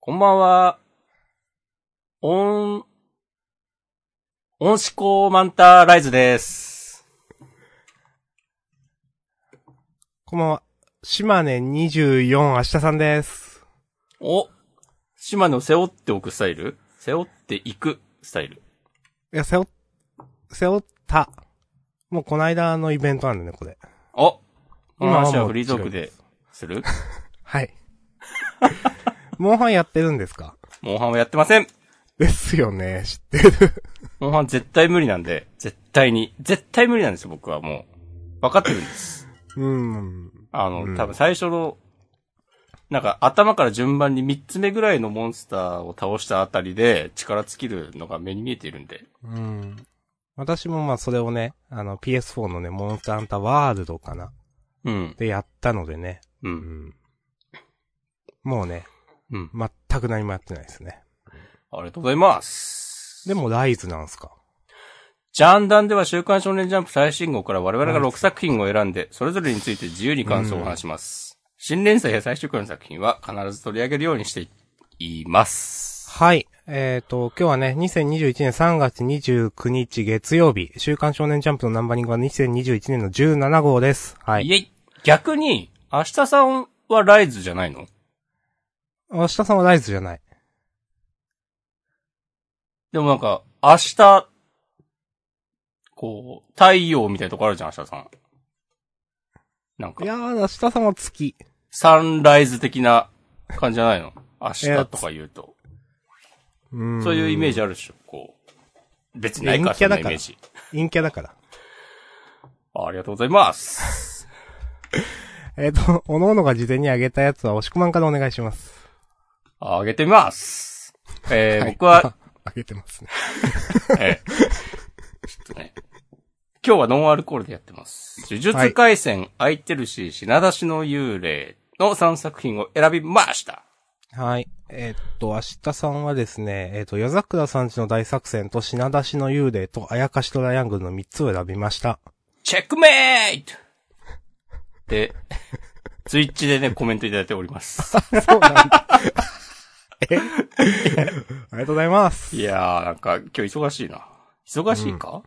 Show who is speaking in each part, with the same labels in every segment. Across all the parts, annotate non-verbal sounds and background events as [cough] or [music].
Speaker 1: こんばんは。音、音思考マンターライズです。
Speaker 2: こんばんは。島根24明日さんです。
Speaker 1: お、島根を背負っておくスタイル背負っていくスタイル。
Speaker 2: いや、背負っ、背負った。もうこの間のイベントなんでね、これ。
Speaker 1: おこの話
Speaker 2: あーも
Speaker 1: は
Speaker 2: う
Speaker 1: フリートークでする
Speaker 2: はい。 [laughs] モンハンやってるんですか
Speaker 1: モンハンはやってません
Speaker 2: ですよね、知ってる。
Speaker 1: モンハン絶対無理なんで、絶対に。絶対無理なんですよ、僕はもう。わかってるんです。
Speaker 2: うん。
Speaker 1: あの、
Speaker 2: うん
Speaker 1: 多分最初の、なんか頭から順番に3つ目ぐらいのモンスターを倒したあたりで力尽きるのが目に見えているんで。
Speaker 2: うん。私もまあそれをね、あの PS4 のね、モンスターハンターワールドかな。
Speaker 1: うん。
Speaker 2: でやったのでね。
Speaker 1: う。
Speaker 2: うんん。もうね、
Speaker 1: うん。
Speaker 2: 全く何もやってないですね。
Speaker 1: ありがとうございます。
Speaker 2: で、もライズなんすか
Speaker 1: ジャンダンでは週刊少年ジャンプ最新号から我々が6作品を選んで、それぞれについて自由に感想を話します。新連載や最終回の作品は必ず取り上げるようにしています。、
Speaker 2: はい。えっ、と、今日はね、2021年3月29日月曜日、週刊少年ジャンプのナンバリングは2021年の17号です。はいい。
Speaker 1: えい、逆に、明日さんはライズじゃないの
Speaker 2: 明日さんはライズじゃない。
Speaker 1: でもなんか、明日、こう、太陽みたいなとこあるじゃん、明日さん。なん
Speaker 2: い
Speaker 1: か、
Speaker 2: やー、明日さんは月。
Speaker 1: サンライズ的な感じじゃないの明日とか言うと。
Speaker 2: うん
Speaker 1: そういうイメー
Speaker 2: ジ。
Speaker 1: ジあるでしょ、こう。別にないから、そ
Speaker 2: 陰キャ
Speaker 1: んな
Speaker 2: だ
Speaker 1: イ
Speaker 2: から
Speaker 1: メージ。
Speaker 2: 陰キャだから。
Speaker 1: あありがとうございます。
Speaker 2: えっ、と、おのおのが事前にあげたやつは、おしくまんからお願いします。
Speaker 1: ああげてみます。えー
Speaker 2: はい
Speaker 1: 僕は、、
Speaker 2: あげてますね。
Speaker 1: えーちょっとね、今日はノンアルコールでやってます。呪術回戦、空いてるし、品出しの幽霊の3作品を選びました。
Speaker 2: はい。えっ、と、明日さんはですね、えっ、と、夜桜さんちの大作戦と品出しの幽霊とあやかしトライアングルの3つを選びました。
Speaker 1: チェックメイトで、ツイッチでね、コメントいただいており [laughs] ます。
Speaker 2: [laughs] そうなんだ。え [laughs] ありがとうございます
Speaker 1: い。やー、なんか、今日忙しいな。忙しいか、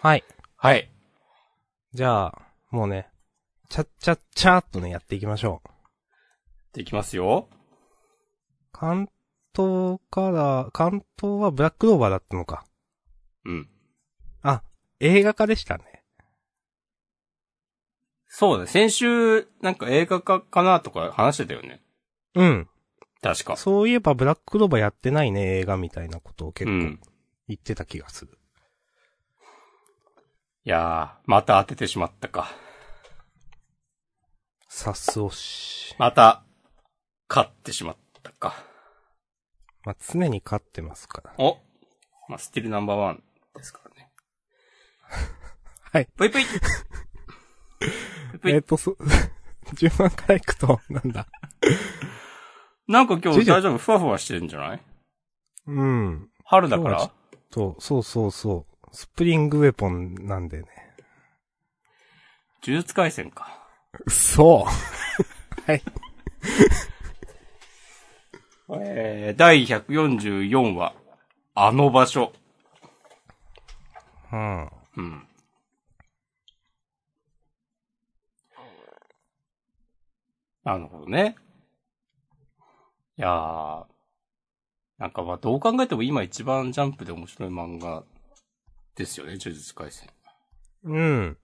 Speaker 2: はい。
Speaker 1: はい。
Speaker 2: じゃあ、もうね、ちゃっちゃっちゃーっとね、やっていきましょう。
Speaker 1: できますよ。
Speaker 2: 関東から、関東はブラックローバーだったのか。
Speaker 1: うん。
Speaker 2: あ、映画化でしたね。
Speaker 1: そうだね。先週、なんか映画化かなとか話してたよね。
Speaker 2: うん。
Speaker 1: 確か。
Speaker 2: そういえばブラックローバーやってないね、映画みたいなことを結
Speaker 1: う
Speaker 2: 構
Speaker 1: ん。
Speaker 2: 言ってた気がする。
Speaker 1: いやー、また当ててしまったか。
Speaker 2: さすおし。
Speaker 1: また、勝ってしまったか。
Speaker 2: まあ、常に勝ってますから。
Speaker 1: おまあ、スティルナンバーワンですからね。
Speaker 2: はい。
Speaker 1: ぷい [laughs] ぷいぷいぷ
Speaker 2: えっ、
Speaker 1: い
Speaker 2: と、そ、 [laughs] 順番からいくと、なんだ。
Speaker 1: なんか今日
Speaker 2: ジュ
Speaker 1: 大丈夫ふわふわしてるんじゃない
Speaker 2: うん。
Speaker 1: 春だか
Speaker 2: 今日は
Speaker 1: ら
Speaker 2: と、そうそうそう。スプリングウェポンなんでね。
Speaker 1: 呪術回戦か。
Speaker 2: そう。はい。
Speaker 1: えー、第144話。あの場所。
Speaker 2: うん。
Speaker 1: うん。なるほどね。いやー。なんかまあどう考えても今一番ジャンプで面白い漫画ですよね、呪術回戦。
Speaker 2: うん。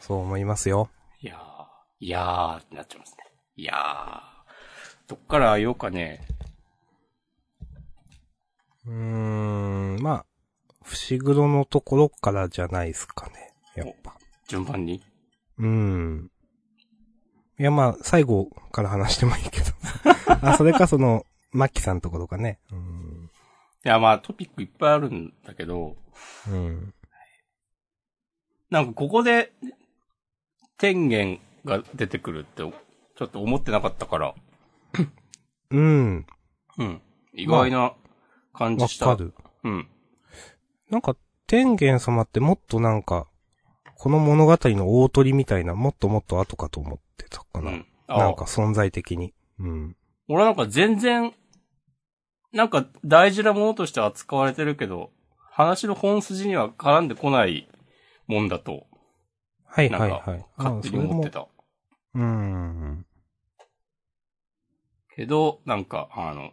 Speaker 2: そう思いますよ。
Speaker 1: いやー、いやーってなっちゃいますね。いやー。どっから言おうかね。
Speaker 2: うーん、まあ、伏黒のところからじゃないですかね。やっぱ。
Speaker 1: 順番に。
Speaker 2: うん。いや、まあ、最後から話してもい
Speaker 1: [laughs]
Speaker 2: いけど。あ、それかその、マキさんのところかね。うん。
Speaker 1: いやまあトピックいっぱいあるんだけど、
Speaker 2: うん。
Speaker 1: なんかここで天元が出てくるってちょっと思ってなかったから。
Speaker 2: うん。
Speaker 1: うん。意外な感じ
Speaker 2: わ
Speaker 1: した。
Speaker 2: かる。
Speaker 1: うん。
Speaker 2: なんか、天元様ってもっとなんか、この物語の大鳥みたいな、もっともっと後かと思ってたか
Speaker 1: う
Speaker 2: な。
Speaker 1: ん。あ
Speaker 2: なんか存在的に。うん。
Speaker 1: 俺なんか全然、なんか大事なものとして扱われてるけど、話の本筋には絡んでこないもんだと、
Speaker 2: はい
Speaker 1: な
Speaker 2: は
Speaker 1: ん
Speaker 2: い
Speaker 1: か
Speaker 2: はい。
Speaker 1: 勝手に思ってた。
Speaker 2: あ。それもうん。
Speaker 1: けど、なんか、あの、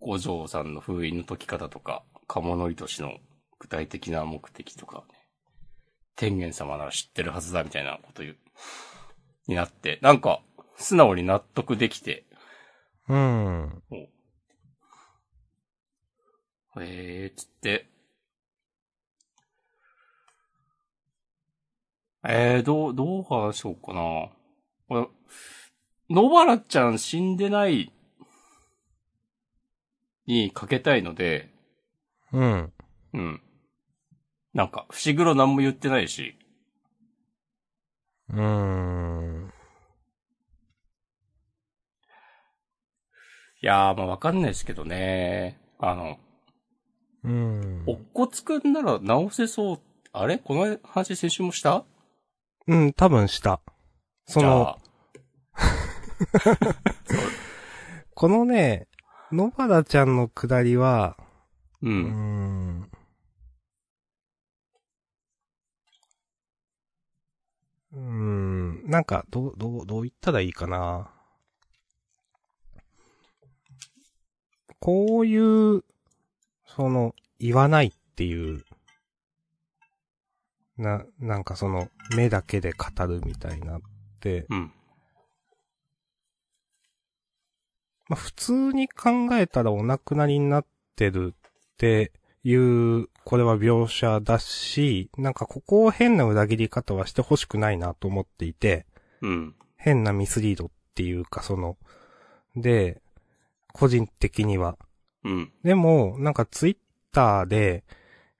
Speaker 1: 五条さんの封印の解き方とか、鴨の糸氏の具体的な目的とか、ね、天元様なら知ってるはずだみたいなこと言う、になって、なんか、素直に納得できて、
Speaker 2: うん。
Speaker 1: えー、つって。えー、どう、どう話しようかな。これ、野原ちゃん死んでないにかけたいので、
Speaker 2: うん。
Speaker 1: うん。なんか、伏黒何も言ってないし、
Speaker 2: うん。
Speaker 1: いやー、まあわかんないですけどね。あの、
Speaker 2: うん。
Speaker 1: おっこつくんなら直せそう。あれこの話先週もした
Speaker 2: うん、多分した。そ
Speaker 1: じゃ
Speaker 2: の、
Speaker 1: あ、
Speaker 2: このね、野原ちゃんのくだりは、
Speaker 1: う。
Speaker 2: うんん。うん、なんか、どう、どう、どう言ったらいいかな。こういう、その、言わないっていう、な、なんかその、目だけで語るみたいなって、
Speaker 1: うん。
Speaker 2: まあ、普通に考えたらお亡くなりになってるっていう、これは描写だし、なんかここを変な裏切り方はしてほしくないなと思っていて、
Speaker 1: うん。
Speaker 2: 変なミスリードっていうかその、で、個人的には。
Speaker 1: うん。
Speaker 2: でも、なんかツイッターで、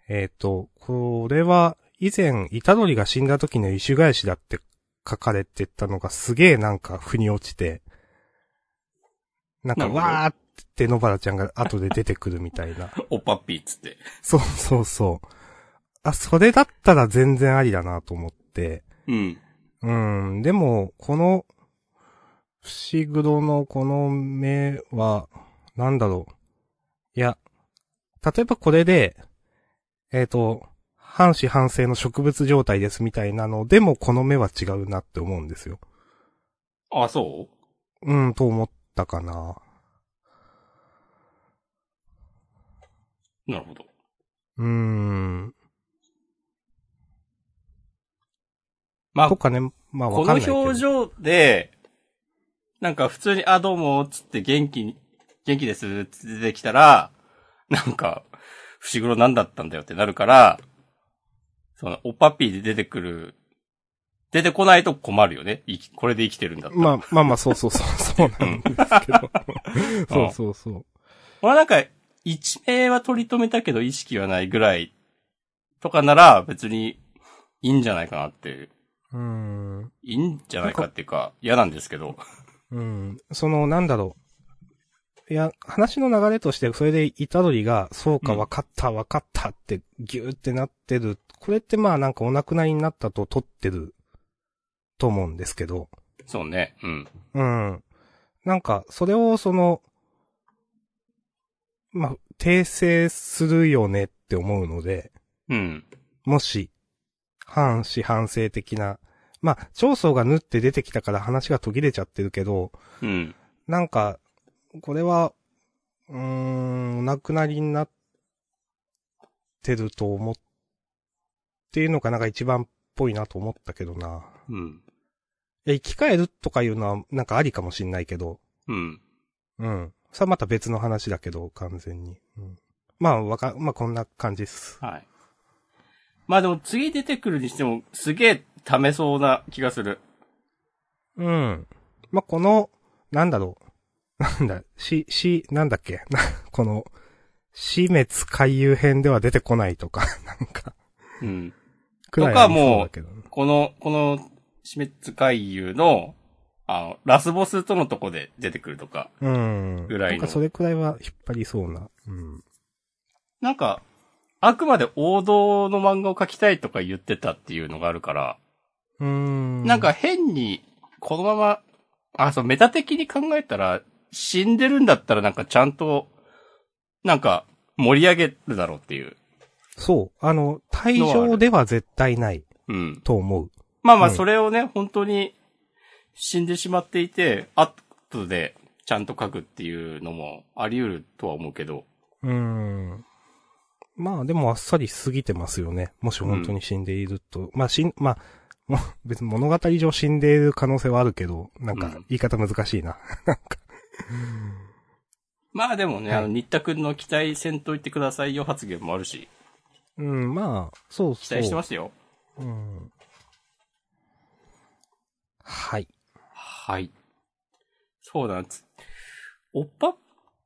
Speaker 2: えっ、と、これは以前、イタドリが死んだ時のイシュ返しだって書かれてたのがすげえなんか腑に落ちて、なん
Speaker 1: な
Speaker 2: か
Speaker 1: るほど
Speaker 2: わーって野原ちゃんが後で出てくるみたいな。
Speaker 1: おっぱっぴーっつって。
Speaker 2: そうそうそう。あ、それだったら全然ありだなと思って。
Speaker 1: うん。
Speaker 2: うん、でも、この、伏黒のこの目は、なんだろう。いや、例えばこれで、えっ、と、半死半生の植物状態ですみたいなのでもこの目は違うなって思うんですよ。
Speaker 1: あ、そう
Speaker 2: うん、と思ったかな。
Speaker 1: なるほど。
Speaker 2: うーん。
Speaker 1: まあ、
Speaker 2: と
Speaker 1: こ
Speaker 2: かね、まあ
Speaker 1: の
Speaker 2: わかんないけど。
Speaker 1: 表情で、なんか普通に、あ、どうも、つって元気に、元気です、つって出てきたら、なんか、伏黒なんだったんだよってなるから、その、おっぱっぴーで出てくる、出てこないと困るよね。生きこれで生きてるんだったら。
Speaker 2: まあまあまあ、そうそうそう、そうなんです
Speaker 1: [laughs]
Speaker 2: けど。そうそうそう。
Speaker 1: まあなんか、一命は取り留めたけど意識はないぐらい、とかなら別にいいんじゃないかなっていう。
Speaker 2: うーん。
Speaker 1: いいんじゃないかっていうか、嫌なんですけど。
Speaker 2: うん。その、なんだろう。いや、話の流れとして、それで、イタドリが、そうか、
Speaker 1: うん
Speaker 2: わかった、わかったって、ぎゅーってなってる。これって、まあ、なんか、お亡くなりになったと取ってる、と思うんですけど。
Speaker 1: そうね。うん。
Speaker 2: うん。なんか、それを、その、まあ、訂正するよねって思うので。
Speaker 1: うん。
Speaker 2: もし、反死反省的な、まあ、長宗が縫って出てきたから話が途切れちゃってるけど、
Speaker 1: うん。
Speaker 2: なんか、これは、うーん、お亡くなりになってると思っていうのがなんか一番っぽいなと思ったけどな。
Speaker 1: うん。
Speaker 2: いや生き返るとかいうのはなんかありかもしんないけど、
Speaker 1: うん。
Speaker 2: うん。さあまた別の話だけど、完全に。うん、まあ、わか、まあこんな感じっす。
Speaker 1: はい。まあでも次出てくるにしても、すげえ溜めそうな気がする。
Speaker 2: うん。まあ、この、なんだろう。 [laughs] なんだ、し、し、なんだっけ。 [laughs] なこの、死滅回遊編では出てこないとか、 [laughs] なんか、
Speaker 1: うん。
Speaker 2: くらい
Speaker 1: とか
Speaker 2: ありそうだけどね
Speaker 1: この、この、死滅回遊の、あの、ラスボスとのとこで出てくるとか。
Speaker 2: うん。
Speaker 1: ぐらいの
Speaker 2: なんかそれくらいは引っ張りそうな。うん。
Speaker 1: なんか、あくまで王道の漫画を描きたいとか言ってたっていうのがあるから、
Speaker 2: うーん。
Speaker 1: なん、か変に、このままあ、そう、メタ的に考えたら、死んでるんだったらなんかちゃんと、なんか盛り上げるだろうっていう。
Speaker 2: そう。あの、対象では絶対ない
Speaker 1: うん。
Speaker 2: と思う。
Speaker 1: まあまあ、
Speaker 2: うん
Speaker 1: それをね、本当に死んでしまっていて、後でちゃんと書くっていうのもあり得るとは思うけど。
Speaker 2: うーん。まあでもあっさり過ぎてますよね。もし本当に死んでいると。まあ死ん、まあ、 [laughs] もう別に物語上死んでいる可能性はあるけど、なん
Speaker 1: う
Speaker 2: か
Speaker 1: ん
Speaker 2: 言い方難しいな。
Speaker 1: まあでもね、
Speaker 2: はい
Speaker 1: あの、新田くんの期待せんといてくださいよ発言もあるし、
Speaker 2: うん、まあ、そうそう。
Speaker 1: 期待してますよ。
Speaker 2: うん。はい。
Speaker 1: はい。そうなんです。おっぱっ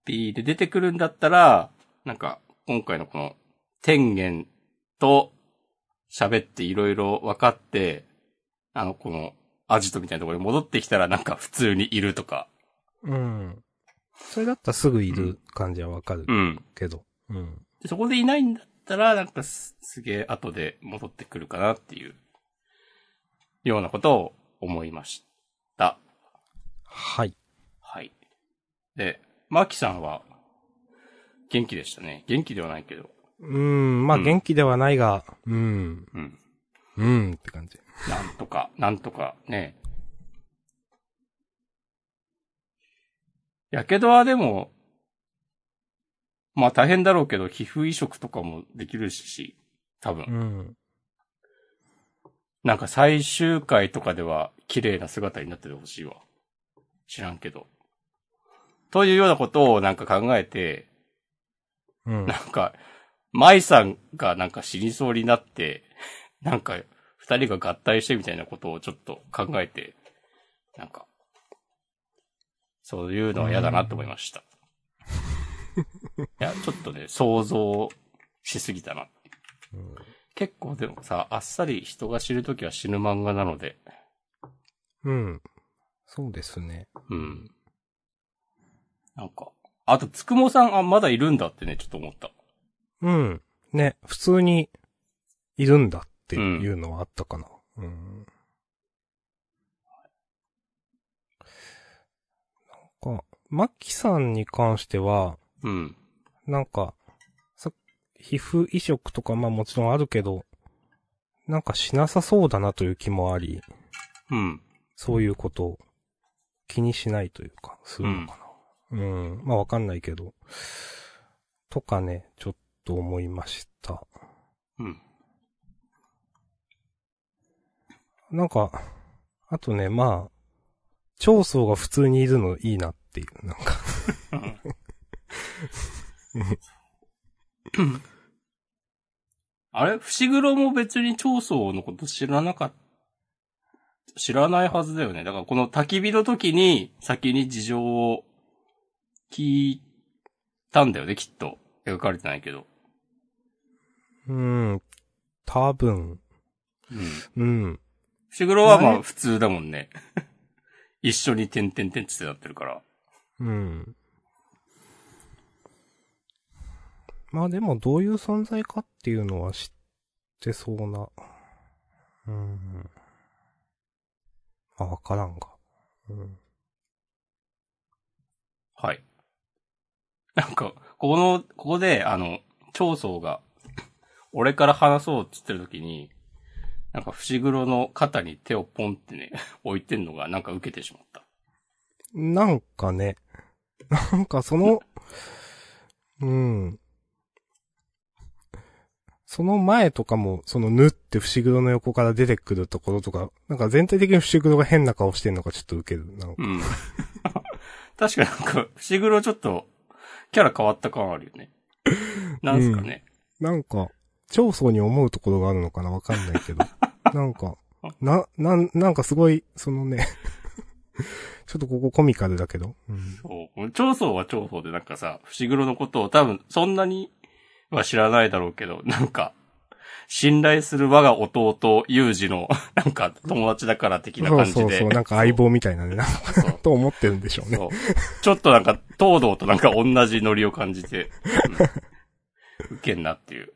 Speaker 1: ぴーで出てくるんだったら、なんか、今回のこの、天元と喋っていろいろ分かって、あの、この、アジトみたいなところに戻ってきたらなんか普通にいるとか。
Speaker 2: うん。それだったらすぐいる感じはわかる
Speaker 1: うん。
Speaker 2: けど。うん。
Speaker 1: でそこでいないんだったら、なんかすすげえ後で戻ってくるかなっていう、ようなことを思いました。
Speaker 2: はい。
Speaker 1: はい。で、マキさんは、元気でしたね。元気ではないけど。
Speaker 2: うん、まあ
Speaker 1: うん
Speaker 2: 元気ではないが、うん、
Speaker 1: うん。
Speaker 2: うんって感じ。
Speaker 1: なんとか、 [laughs] なんとか、ね。やけどはでも、まあ大変だろうけど、皮膚移植とかもできるし、多
Speaker 2: う
Speaker 1: 分。
Speaker 2: ん。
Speaker 1: なんか最終回とかでは綺麗な姿になっててほしいわ。知らんけど。というようなことをなんか考えて、
Speaker 2: うん。
Speaker 1: なんか、舞さんがなんか死にそうになって、 [laughs] なんか、二人が合体してみたいなことをちょっと考えて、なんか、そういうのは嫌だなと思いました。いや、ちょっとね、想像しすぎたな。
Speaker 2: うん
Speaker 1: 結構でもさ、あっさり人が死ぬときは死ぬ漫画なので、
Speaker 2: うん。そうですね。
Speaker 1: うん。なんか、あと、つくもさん、あ、まだいるんだってね、ちょっと思った。
Speaker 2: うん。ね、普通に、いるんだっていうのはあったかな。うん。なんか、マキさんに関しては、
Speaker 1: うん。
Speaker 2: なんか、さ皮膚移植とかまあもちろんあるけど、なんかしなさそうだなという気もあり、
Speaker 1: うん。
Speaker 2: そういうことを気にしないというか、するのかな。うん。まあわかんないけど。とかね、ちょっと思いました。
Speaker 1: うん。
Speaker 2: なんか、あとね、まあ、長宗が普通にいるのいいなっていう、なんか。
Speaker 1: あれ伏黒も別に長宗のこと知らなかった。知らないはずだよね。だからこの焚き火の時に先に事情を聞いたんだよね、きっと。描かれてないけど。
Speaker 2: うん。多分、
Speaker 1: うん。
Speaker 2: うん。
Speaker 1: 伏黒はま
Speaker 2: あれ
Speaker 1: あ普通だもんね。 [laughs] 一緒に点々点ってなってるから。
Speaker 2: うん。まあでもどういう存在かっていうのは知ってそうな。うん。あ、わからんが。うん。
Speaker 1: はい。なんか、この、ここで、あの、長宗が、俺から話そうって言ってる時に、なんか、伏黒の肩に手をポンってね、 [laughs] 置いてんのが、なんか受けてしまった。
Speaker 2: なんかね。 [laughs] なんかその、うん。その前とかも、そのぬって伏黒の横から出てくるところとか、なんか全体的に伏黒が変な顔してんのがちょっとウケる。なんか
Speaker 1: うん。 [laughs] 確かになんか、伏黒ちょっと、キャラ変わった感あるよね。なんすかね。
Speaker 2: なんか、長宗に思うところがあるのかなわかんない
Speaker 1: [laughs]
Speaker 2: けど。なんか、な、なん、なんかすごい、そのね、 [laughs] ちょっとここコミカルだけど。うん。
Speaker 1: そう。長宗は長宗で、なんかさ、伏黒のことを多分、そんなには知らないだろうけど、なんか、信頼する我が弟、ユ二の、なんか、友達だから的な
Speaker 2: そう
Speaker 1: 感じで。
Speaker 2: そうそう、なんか相棒みたいなね、なんか
Speaker 1: そう。そう
Speaker 2: と思ってるんでしょうね。
Speaker 1: そう。ちょっとなんか、東堂となんか同じノリを感じて、うん、ウケんなっていう。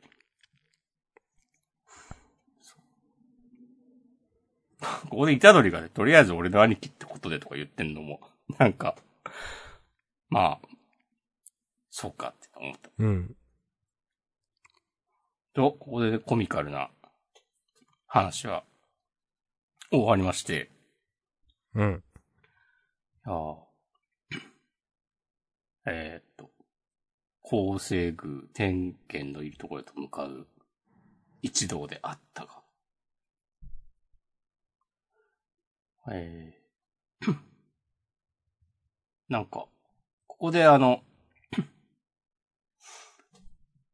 Speaker 1: ここでイタドリがね、とりあえず俺の兄貴ってことでとか言ってんのも、なんか、まあ、そうかって思った。
Speaker 2: うん。
Speaker 1: と、ここでねコミカルな話は終わりまして、
Speaker 2: うん。
Speaker 1: ああ。 [coughs] えーっと、厚生宮天元のいるところへと向かう一同であったが。えー [coughs] なんか、ここであの、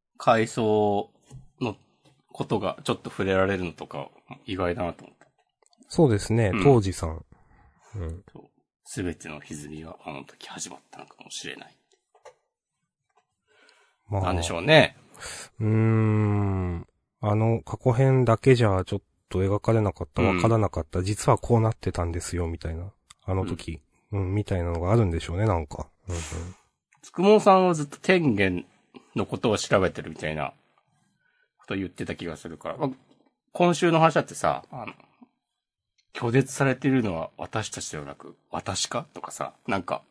Speaker 1: [coughs] 階層のことがちょっと触れられるのとか意外だなと思った。
Speaker 2: そうですね
Speaker 1: う、ん
Speaker 2: 当時さん。うん。
Speaker 1: すべての歪みはあの時始まったのかもしれない。
Speaker 2: ま
Speaker 1: なんでしょうね。
Speaker 2: うーん。あの、過去編だけじゃちょっと描かれなかった、
Speaker 1: うん
Speaker 2: わからなかった、実はこうなってたんですよ、みたいな。あの時、うん、みたいなのがあるんでしょうね、なんか。うんうん
Speaker 1: つくもんさんはずっと天元のことを調べてるみたいなこと言ってた気がするから、まあ今週の話だってさ、あの、拒絶されているのは私たちではなく、私かとかさ、なんか、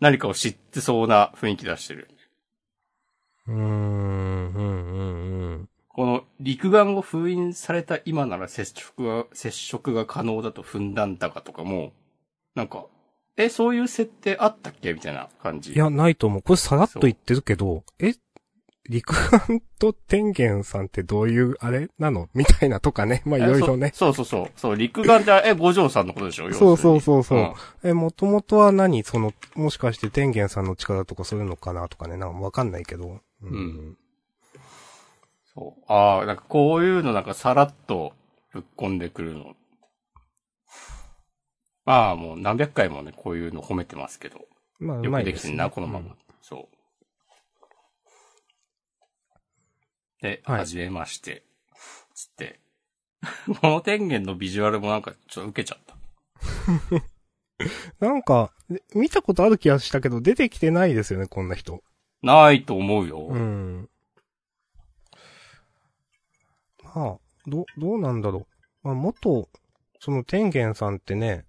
Speaker 1: 何かを知ってそうな雰囲気出してる。
Speaker 2: うーん、うん、うん、うん。
Speaker 1: この陸眼を封印された今なら接触が、接触が可能だと踏んだんだかとかも、なんか、え、そういう設定あったっけみたいな感じ。
Speaker 2: いや、ないと思う。これさらっと言ってるけど、え陸眼と天元さんってどういう、あれなのみたいなとか [laughs] ね。まあ、い
Speaker 1: え、
Speaker 2: ろいろね。
Speaker 1: そ。そうそうそう。そう、陸眼って、え、五条さんのことでしょ
Speaker 2: そうそうそうそう。
Speaker 1: 要
Speaker 2: え、もともとは何その、もしかして天元さんの力とかそういうのかなとかね、なんかわかんないけど。う
Speaker 1: うん。するにそう。ああ、なんかこういうのなんかさらっとぶっ込んでくるの。まあもう何百回もね、こういうの褒めてますけど。
Speaker 2: まあ、う
Speaker 1: よ
Speaker 2: ま
Speaker 1: く
Speaker 2: い
Speaker 1: で
Speaker 2: で
Speaker 1: き
Speaker 2: す
Speaker 1: て
Speaker 2: ね、
Speaker 1: んな、このま
Speaker 2: うん
Speaker 1: ま。そう。で、
Speaker 2: はい
Speaker 1: はじめまして。つって。 [laughs] この天元のビジュアルもなんかちょっと受けちゃった。
Speaker 2: なんか、で見たことある気がしたけど、出てきてないですよね、こんな人。
Speaker 1: ないと思うよ。
Speaker 2: うん。まあ、ど、どうなんだろう。まあ、元、その天元さんってね、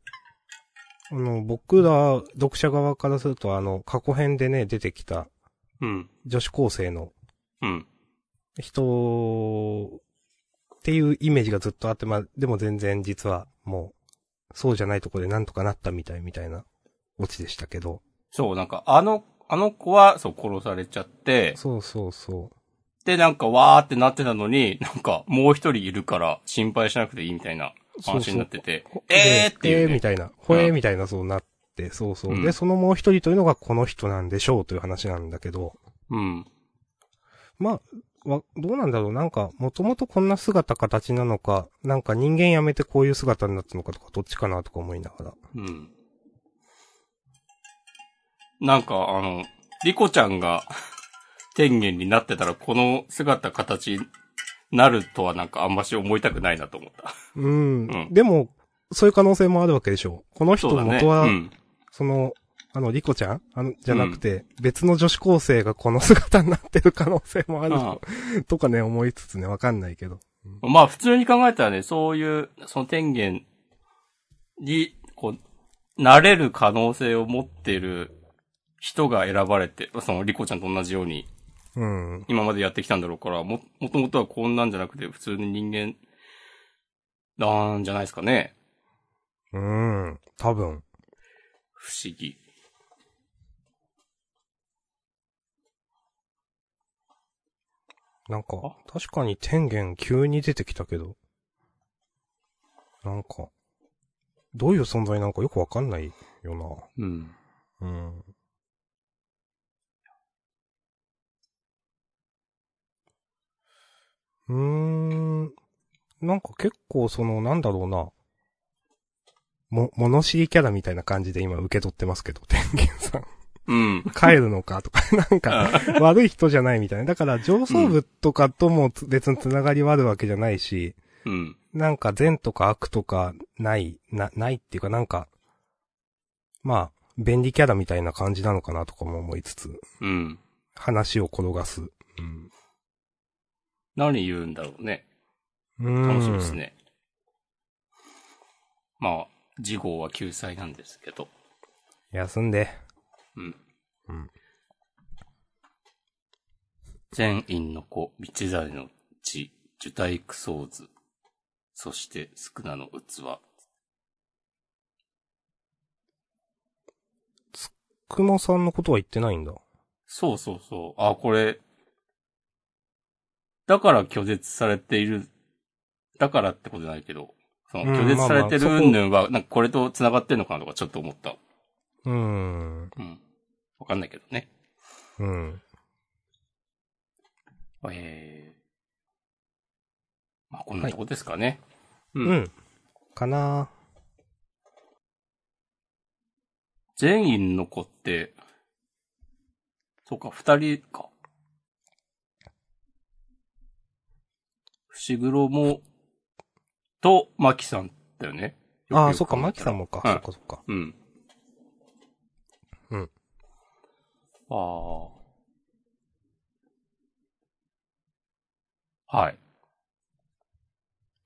Speaker 2: あの、僕ら、読者側からすると、あの、過去編でね、出てきた
Speaker 1: うん。
Speaker 2: 女子高生の
Speaker 1: うん。
Speaker 2: 人っていうイメージがずっとあって、まあ、でも全然実は、もう、そうじゃないとこでなんとかなったみたいみたいな、オチでしたけど。
Speaker 1: そう、なんかあの、あの子は、そう、殺されちゃって、
Speaker 2: そうそうそう。
Speaker 1: で、なんか、わーってなってたのに、なんか、もう一人いるから、心配しなくていいみたいな話になってて、えーってい
Speaker 2: え
Speaker 1: う、
Speaker 2: ーみ
Speaker 1: ね。
Speaker 2: たいな。ほえ
Speaker 1: う
Speaker 2: ー
Speaker 1: ん
Speaker 2: みたいな、そうなって、そうそう。
Speaker 1: うん
Speaker 2: で、そのもう一人というのがこの人なんでしょうという話なんだけど、
Speaker 1: うん。
Speaker 2: まあ、わどうなんだろうなんか、もともとこんな姿形なのか、なんか人間やめてこういう姿になったのかとか、どっちかなとか思いながら。
Speaker 1: うん。なんか、あの、リコちゃんが、天元になってたら、この姿、形、なるとはなんか、あんまし思いたくないなと思った。
Speaker 2: う
Speaker 1: う
Speaker 2: ん。
Speaker 1: ん
Speaker 2: でも、そういう可能性もあるわけでしょう。この人
Speaker 1: そうだね。
Speaker 2: 元
Speaker 1: う
Speaker 2: は、
Speaker 1: ん。
Speaker 2: その、あの、リコちゃんあの、じゃなくて、別の女子高生がこの姿になってる可能性もある
Speaker 1: あ
Speaker 2: [laughs] とかね、思いつつね、わかんないけど。
Speaker 1: まあ普通に考えたらね、そういう、その天元に、こう、なれる可能性を持っている人が選ばれて、そのリコちゃんと同じように
Speaker 2: うん。
Speaker 1: 今までやってきたんだろうから、も、もともとはこんなんじゃなくて普通に人間なんじゃないですかね。
Speaker 2: うん。多分。
Speaker 1: 不思議。
Speaker 2: なんか、確かに天元急に出てきたけど。なんか、どういう存在なのかよくわかんないよ
Speaker 1: うん。
Speaker 2: な。うん。うーん。なんか結構その、なんだろうな。も、物知りキャラみたいな感じで今受け取ってますけど、天元さん。
Speaker 1: うん。
Speaker 2: 帰るのかと [laughs] か、なんか、悪い人じゃないみたいな。だから上層部とかともつ別につながりはあるわけじゃないし、
Speaker 1: うん。
Speaker 2: なんか善とか悪とかない、な、ないっていうかなんか、まあ、便利キャラみたいな感じなのかなとかも思いつつ、
Speaker 1: うん。
Speaker 2: 話を転がす。うん。
Speaker 1: 何言うんだろうね。
Speaker 2: うん
Speaker 1: 楽しみですね。まあ、次号は救済なんですけど。
Speaker 2: 休んで。
Speaker 1: うん。
Speaker 2: うん。
Speaker 1: 全員の子、道材の地、受胎クソーズ、そして、スクナの器。
Speaker 2: 熊さんのことは言ってないんだ。
Speaker 1: そうそうそう。あ、これ、だから拒絶されている、だからってことじゃないけど、その
Speaker 2: うん
Speaker 1: 拒絶されてる
Speaker 2: まあまあ
Speaker 1: 云々は、なんかこれと繋がってるのかなとかちょっと思った。
Speaker 2: うーん。
Speaker 1: うん。わかんないけどね。
Speaker 2: うん。
Speaker 1: えー。まあ、こんなとこですかね。
Speaker 2: う
Speaker 1: うん
Speaker 2: ん。かな
Speaker 1: 全員の子って、そうか、二人か。伏黒も、と、マキさんだよね。
Speaker 2: ああ、
Speaker 1: よく
Speaker 2: そっか、
Speaker 1: よく考え
Speaker 2: マキ
Speaker 1: た
Speaker 2: さ
Speaker 1: ら
Speaker 2: んもか。
Speaker 1: うん
Speaker 2: そっかそっか。
Speaker 1: うん。
Speaker 2: うん。
Speaker 1: ああ。はい。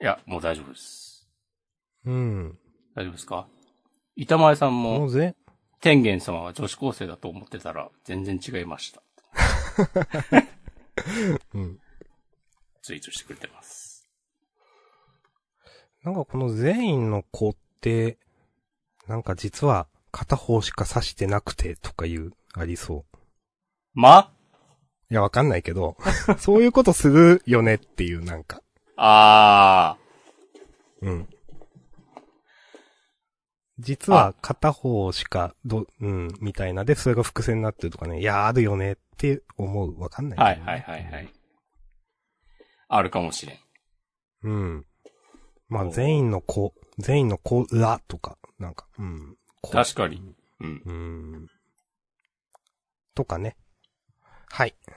Speaker 1: いや、もう大丈夫です。
Speaker 2: うん。
Speaker 1: 大丈夫ですか板前さん
Speaker 2: も
Speaker 1: も
Speaker 2: う、ぜ、
Speaker 1: 天元様は女子高生だと思ってたら、全然違いました。
Speaker 2: うん。
Speaker 1: ツイートしてくれてます。
Speaker 2: なんかこの全員の子って、なんか実は片方しか指してなくてとかいう、ありそう。
Speaker 1: ま
Speaker 2: いや、わかんない
Speaker 1: [laughs]
Speaker 2: けど、そういうことするよねっていう、なんか。
Speaker 1: あ
Speaker 2: うん。実は片方しか、ど、うん、みたいなで、それが伏線になってるとかね、いや、あるよねって思う。わかんない
Speaker 1: あ。はい
Speaker 2: けどね、
Speaker 1: はいはいはい。あるかもしれん。
Speaker 2: うん。まあ、全員の子、全員の子らとか、なんか、うん。子
Speaker 1: 確かに。うん。
Speaker 2: うん。とかね。はい。
Speaker 1: い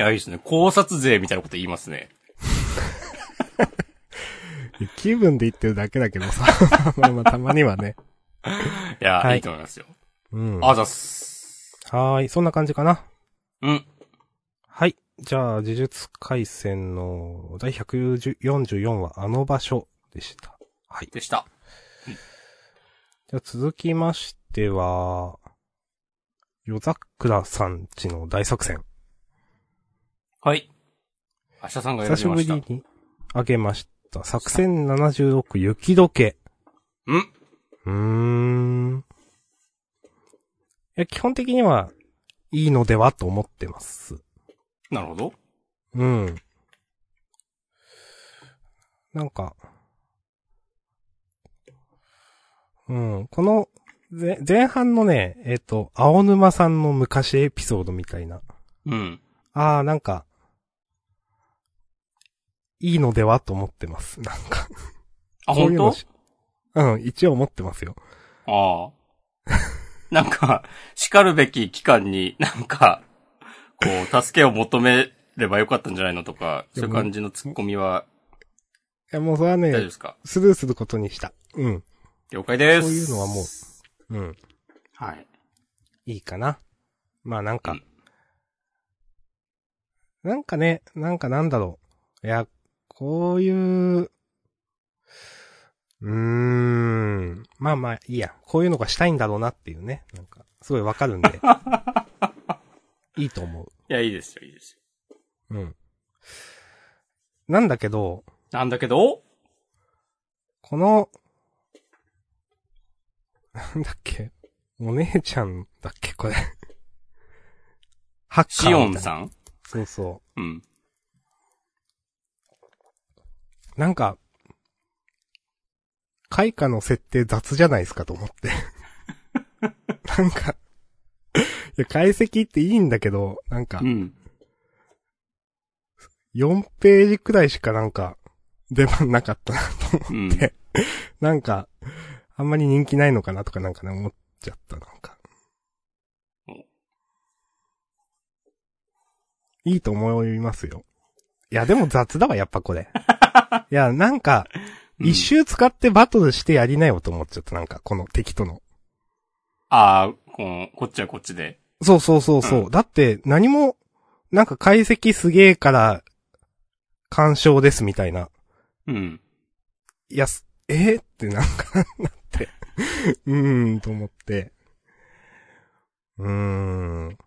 Speaker 1: や、いいですね。考察税みたいなこと言いますね。
Speaker 2: 気分で言ってるだけだけど [laughs] さ、まあまあ、たまにはね。
Speaker 1: いや、、
Speaker 2: はいい
Speaker 1: いと思いますよ。
Speaker 2: うん。
Speaker 1: あざっす。
Speaker 2: はーい、そんな感じかな。
Speaker 1: うん。
Speaker 2: はい。じゃあ、呪術回戦の第144話、あの場所でした。はい。
Speaker 1: でした。
Speaker 2: じゃあ、続きましては、夜桜さんちの大作戦。
Speaker 1: はい。明日さんが選
Speaker 2: 久し
Speaker 1: びま
Speaker 2: ぶ
Speaker 1: した。
Speaker 2: りにあげました。作戦76、雪解け。
Speaker 1: うん。
Speaker 2: うーん。いや、基本的には、いいのではと思ってます。
Speaker 1: なるほど。
Speaker 2: うん。なんか、うん、この、ぜ前半のね、えっ、と、青沼さんの昔エピソードみたいな。
Speaker 1: うん。
Speaker 2: あー、なんか、いいのではと思ってます。 [laughs] なんか、
Speaker 1: あ、
Speaker 2: こう
Speaker 1: 本
Speaker 2: いう
Speaker 1: 当
Speaker 2: のしうん、一応思ってますよ。
Speaker 1: ああ。 [laughs] なんか、叱るべき機関になんか、こう、助けを求めればよかったんじゃないのとか、そういう感じのツッコミは、
Speaker 2: いや、もうそれは
Speaker 1: 大丈夫
Speaker 2: ね
Speaker 1: で、すか
Speaker 2: スルーすることにした。うん、
Speaker 1: 了解です。
Speaker 2: そういうのはもううん、
Speaker 1: はい。
Speaker 2: いいかな。まあなんか、
Speaker 1: うん
Speaker 2: なんかね、なんかなんだろう。いや、こういう、うーん。まあまあ、いいや。こういうのがしたいんだろうなっていうね。なんか、すごいわかるんで。いいと思
Speaker 1: いや、いいですよ、いいですよ。
Speaker 2: う。うん。なんだけど、
Speaker 1: なんだけど、
Speaker 2: この、なんだっけ、お姉ちゃんだっけ、これ。ハッカー
Speaker 1: シオン
Speaker 2: ん。
Speaker 1: さん
Speaker 2: そうそう。
Speaker 1: うん。
Speaker 2: なんか、開花の設定雑じゃないですかと思って。なんか、いや、解析っていいんだけど、なんか
Speaker 1: う、ん。
Speaker 2: 4ページくらいしかなんか、出番なかったなと思
Speaker 1: うん。
Speaker 2: でう。なんか、あんまり人気ないのかなとかなんかね、思っちゃった、なんか
Speaker 1: うん。
Speaker 2: いいと思いますよ。いや、でも雑だわ、やっぱこれ。いや、なんか、
Speaker 1: うん
Speaker 2: 一周使ってバトルしてやりなよと思っちゃった。なんか、この敵との。
Speaker 1: ああ、このこっちはこっちで。
Speaker 2: そうそうそうそう。
Speaker 1: う
Speaker 2: だって、何も、なんか解析すげえから、干渉ですみたいな。
Speaker 1: うん。
Speaker 2: いや、すえー、ってなんかなって、 [laughs] うーん、と思って。うーん。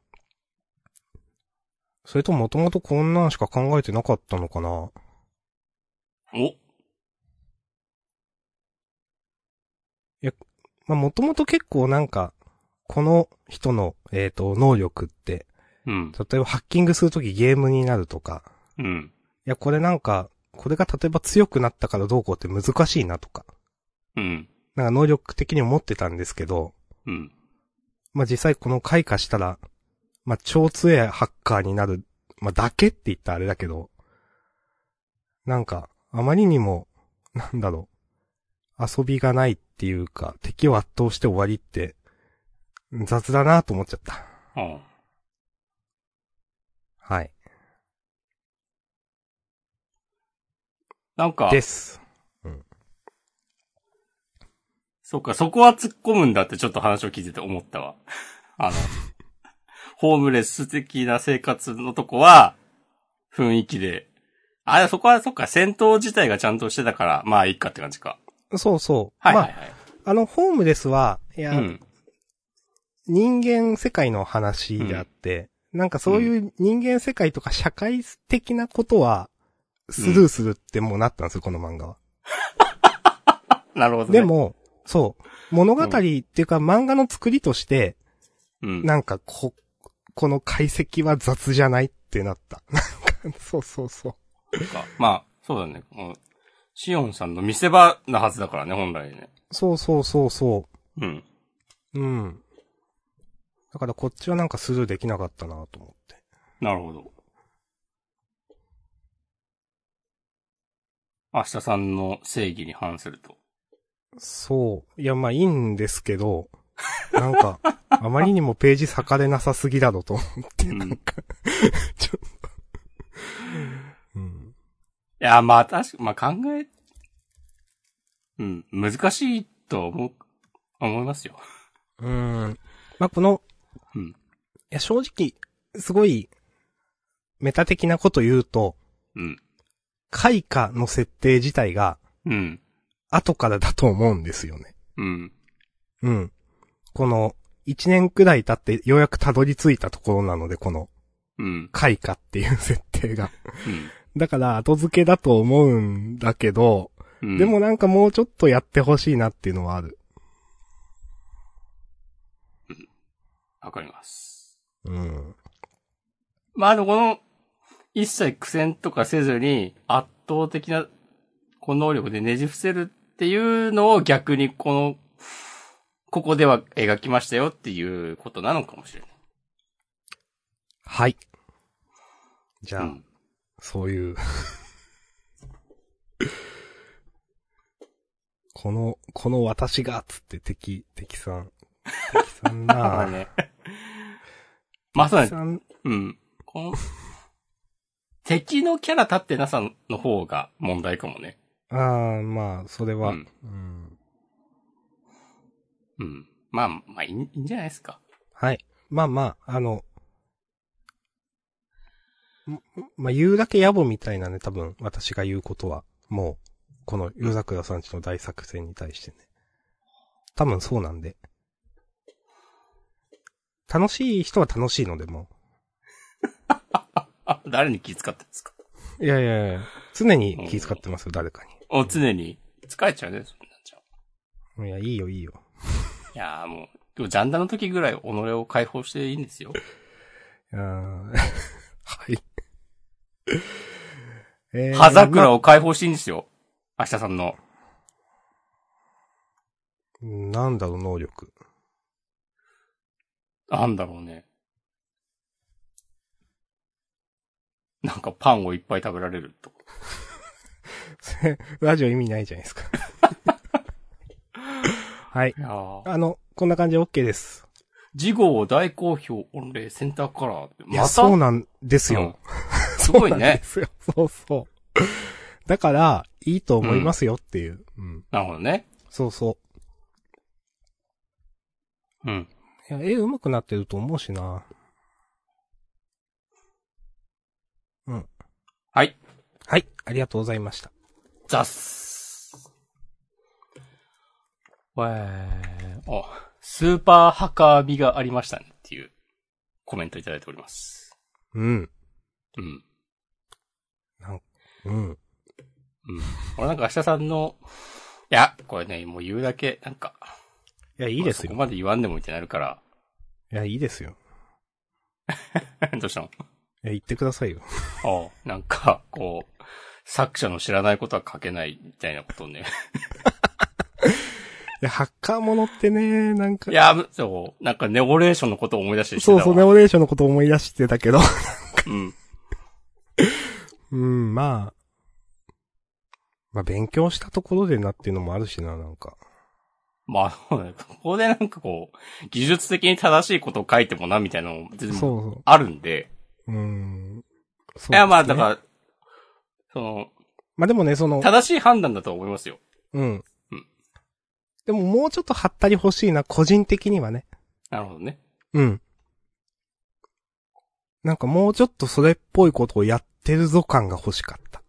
Speaker 2: それともともとこんなんしか考えてなかったのかな
Speaker 1: お
Speaker 2: まあ、もともと結構なんか、この人の、えっ、と、能力って、
Speaker 1: うん。
Speaker 2: 例えばハッキングするときゲームになるとか、
Speaker 1: うん。
Speaker 2: いや、これなんか、これが例えば強くなったからどうこうって難しいなとか、
Speaker 1: うん。
Speaker 2: なんか能力的に思ってたんですけど、
Speaker 1: うん。
Speaker 2: まあ、実際この開花したら、まあ、超強いハッカーになる、まあ、だけって言ったらあれだけど、なんか、あまりにも、なんだろう、遊びがないっていうか、敵を圧倒して終わりって、雑だなと思っちゃった。
Speaker 1: あ
Speaker 2: はい。
Speaker 1: なんか、
Speaker 2: です。
Speaker 1: そっか、そこは突っ込むんだってちょっと話を聞いてて思ったわ。あの、
Speaker 2: [laughs]
Speaker 1: ホームレス的な生活のとこは、雰囲気で。あ、そこは、そっか、戦闘自体がちゃんとしてたから、まあ、いいかって感じか。
Speaker 2: そうそう。
Speaker 1: はいはい
Speaker 2: ま
Speaker 1: はい。
Speaker 2: あ、あの、ホームレスは、いや、
Speaker 1: うん。
Speaker 2: 人間世界の話であって、なんかそういう人間世界とか社会的なことは、スルーするってもうなったんですよ、この漫画は。
Speaker 1: なるほどね。
Speaker 2: で、も、そう、物語っていうか漫画の作りとして、
Speaker 1: うん。
Speaker 2: なんかこ、この解析は雑じゃないってなった。 [laughs] なんか、そうそうそう。
Speaker 1: そっかまあ、そうだね。もうシオンさんの見せ場なはずだからね、本来ね。
Speaker 2: そうそうそうそ
Speaker 1: うん。
Speaker 2: う。うん。だからこっちはなんかスルーできなかったなと思って。
Speaker 1: なるほど。明日さんの正義に反すると。
Speaker 2: そう。いや、まあいいんですけど、なんか、あまりにもページ裂かれなさすぎだろと思って、
Speaker 1: うん
Speaker 2: なんか、ちょっと。うん。
Speaker 1: いや、まあ、確か、まあ考え、うん、難しいと思う、思いますよ。
Speaker 2: うん。まあこの、
Speaker 1: うん
Speaker 2: いや、正直、すごい、メタ的なこと言うと、
Speaker 1: うん。
Speaker 2: 開花の設定自体が、
Speaker 1: うん。
Speaker 2: 後からだと思うんですよね。
Speaker 1: うん。
Speaker 2: うん。この、一年くらい経ってようやくたどり着いたところなので、この、
Speaker 1: うん。
Speaker 2: 開花っていう設定が。
Speaker 1: うん
Speaker 2: だから後付けだと思うんだけど、
Speaker 1: うん。
Speaker 2: でもなんかもうちょっとやってほしいなっていうのはある。
Speaker 1: わかります。
Speaker 2: うん。
Speaker 1: まあ、あの、この、一切苦戦とかせずに、圧倒的な、この能力でねじ伏せるっていうのを逆にこの、ここでは描きましたよっていうことなのかもしれない。
Speaker 2: はい。じゃあ、
Speaker 1: うん
Speaker 2: そういう。 [laughs] この、この私が、つって敵、敵さん。敵さ
Speaker 1: [laughs]
Speaker 2: ん
Speaker 1: まあ
Speaker 2: なぁ。
Speaker 1: ね。まあそうだ
Speaker 2: 敵
Speaker 1: ね。
Speaker 2: さん、
Speaker 1: うん。この、敵のキャラ立ってなさの方が問題かもね。
Speaker 2: あーまあ、それは、
Speaker 1: う
Speaker 2: うんん。
Speaker 1: うん。まあ、まあいいん、いいんじゃないですか。
Speaker 2: はい。まあまあ、あの、んまあ言うだけ野暮みたいなね、多分、私が言うことは、もう、この、夜桜さんちの大作戦に対してね。多分そうなんで。楽しい人は楽しいのでも
Speaker 1: あ、誰に気遣ったんですか
Speaker 2: う。いやいやいや、常に気遣ってますよ、誰か
Speaker 1: お、常に。疲れちゃうね、そんなんじゃ。
Speaker 2: に。いや、いいよいいよ。
Speaker 1: いやーもう、でもジャンダの時ぐらい己を解放していいんですよ。
Speaker 2: うー [laughs] ん [laughs] はい。えー
Speaker 1: 葉桜を解放していいんですよ。明日さんの。
Speaker 2: ななんだろう、能力。
Speaker 1: なんだろうね。なんかパンをいっぱい食べられるとか。
Speaker 2: それ [laughs] ラジオ意味ないじゃないですか。 [laughs] はい。
Speaker 1: いやー。
Speaker 2: あの、こんな感じで OK です。
Speaker 1: 事後大好評、御礼、センターカラー。
Speaker 2: い
Speaker 1: ま
Speaker 2: や、
Speaker 1: た
Speaker 2: そうなんです [laughs] よ。。
Speaker 1: うんすごいね
Speaker 2: そうなんですよ。 [laughs] そうそう。だから、いいと思いますよっていう。うん。
Speaker 1: なるほどね。
Speaker 2: そうそ
Speaker 1: うん。
Speaker 2: う。いや、絵上手くなってると思うしな。
Speaker 1: はい。
Speaker 2: はい。ありがとうございました。
Speaker 1: ザッス。わえー、あ、スーパーハッカー味がありましたねっていうコメントいただいております。
Speaker 2: うん。
Speaker 1: うん。
Speaker 2: うん。
Speaker 1: 俺なんか明日さんの、いや、これね、もう言うだけ、なんか、
Speaker 2: いや、い
Speaker 1: い
Speaker 2: いです
Speaker 1: そ
Speaker 2: よ
Speaker 1: こ。まで言わんでもいいってなるから、 [laughs]
Speaker 2: いや、いいですよ。
Speaker 1: どうしたの
Speaker 2: いや、言ってくださいよ。
Speaker 1: ああ、なんか、こう、作者の知らないことは書けないみたいなことね。
Speaker 2: いや、ハッカーものってね、なんか
Speaker 1: い、や、そう、なんかネオレーションのことを思い出してしてた
Speaker 2: そう
Speaker 1: わ
Speaker 2: そう、ネオレーションのこと思い出してたけど。
Speaker 1: うん。
Speaker 2: うん、まあ。まあ、勉強したところでなっていうのもあるしな、なんか。
Speaker 1: まあ、 [laughs] そうねここでなんかこう、技術的に正しいことを書いてもな、みたいなのも全然
Speaker 2: そうそ
Speaker 1: あるんで。
Speaker 2: う。うん。そうです
Speaker 1: い
Speaker 2: ね
Speaker 1: や、まあ、だから、その、
Speaker 2: まあでもね、その、
Speaker 1: 正しい判断だと思いますよ。
Speaker 2: うん
Speaker 1: うん。
Speaker 2: でももうちょっと貼ったり欲しいな、個人的にはね。
Speaker 1: なるほどね。
Speaker 2: うん。なんかもうちょっとそれっぽいことをやってるぞ感が欲しかった。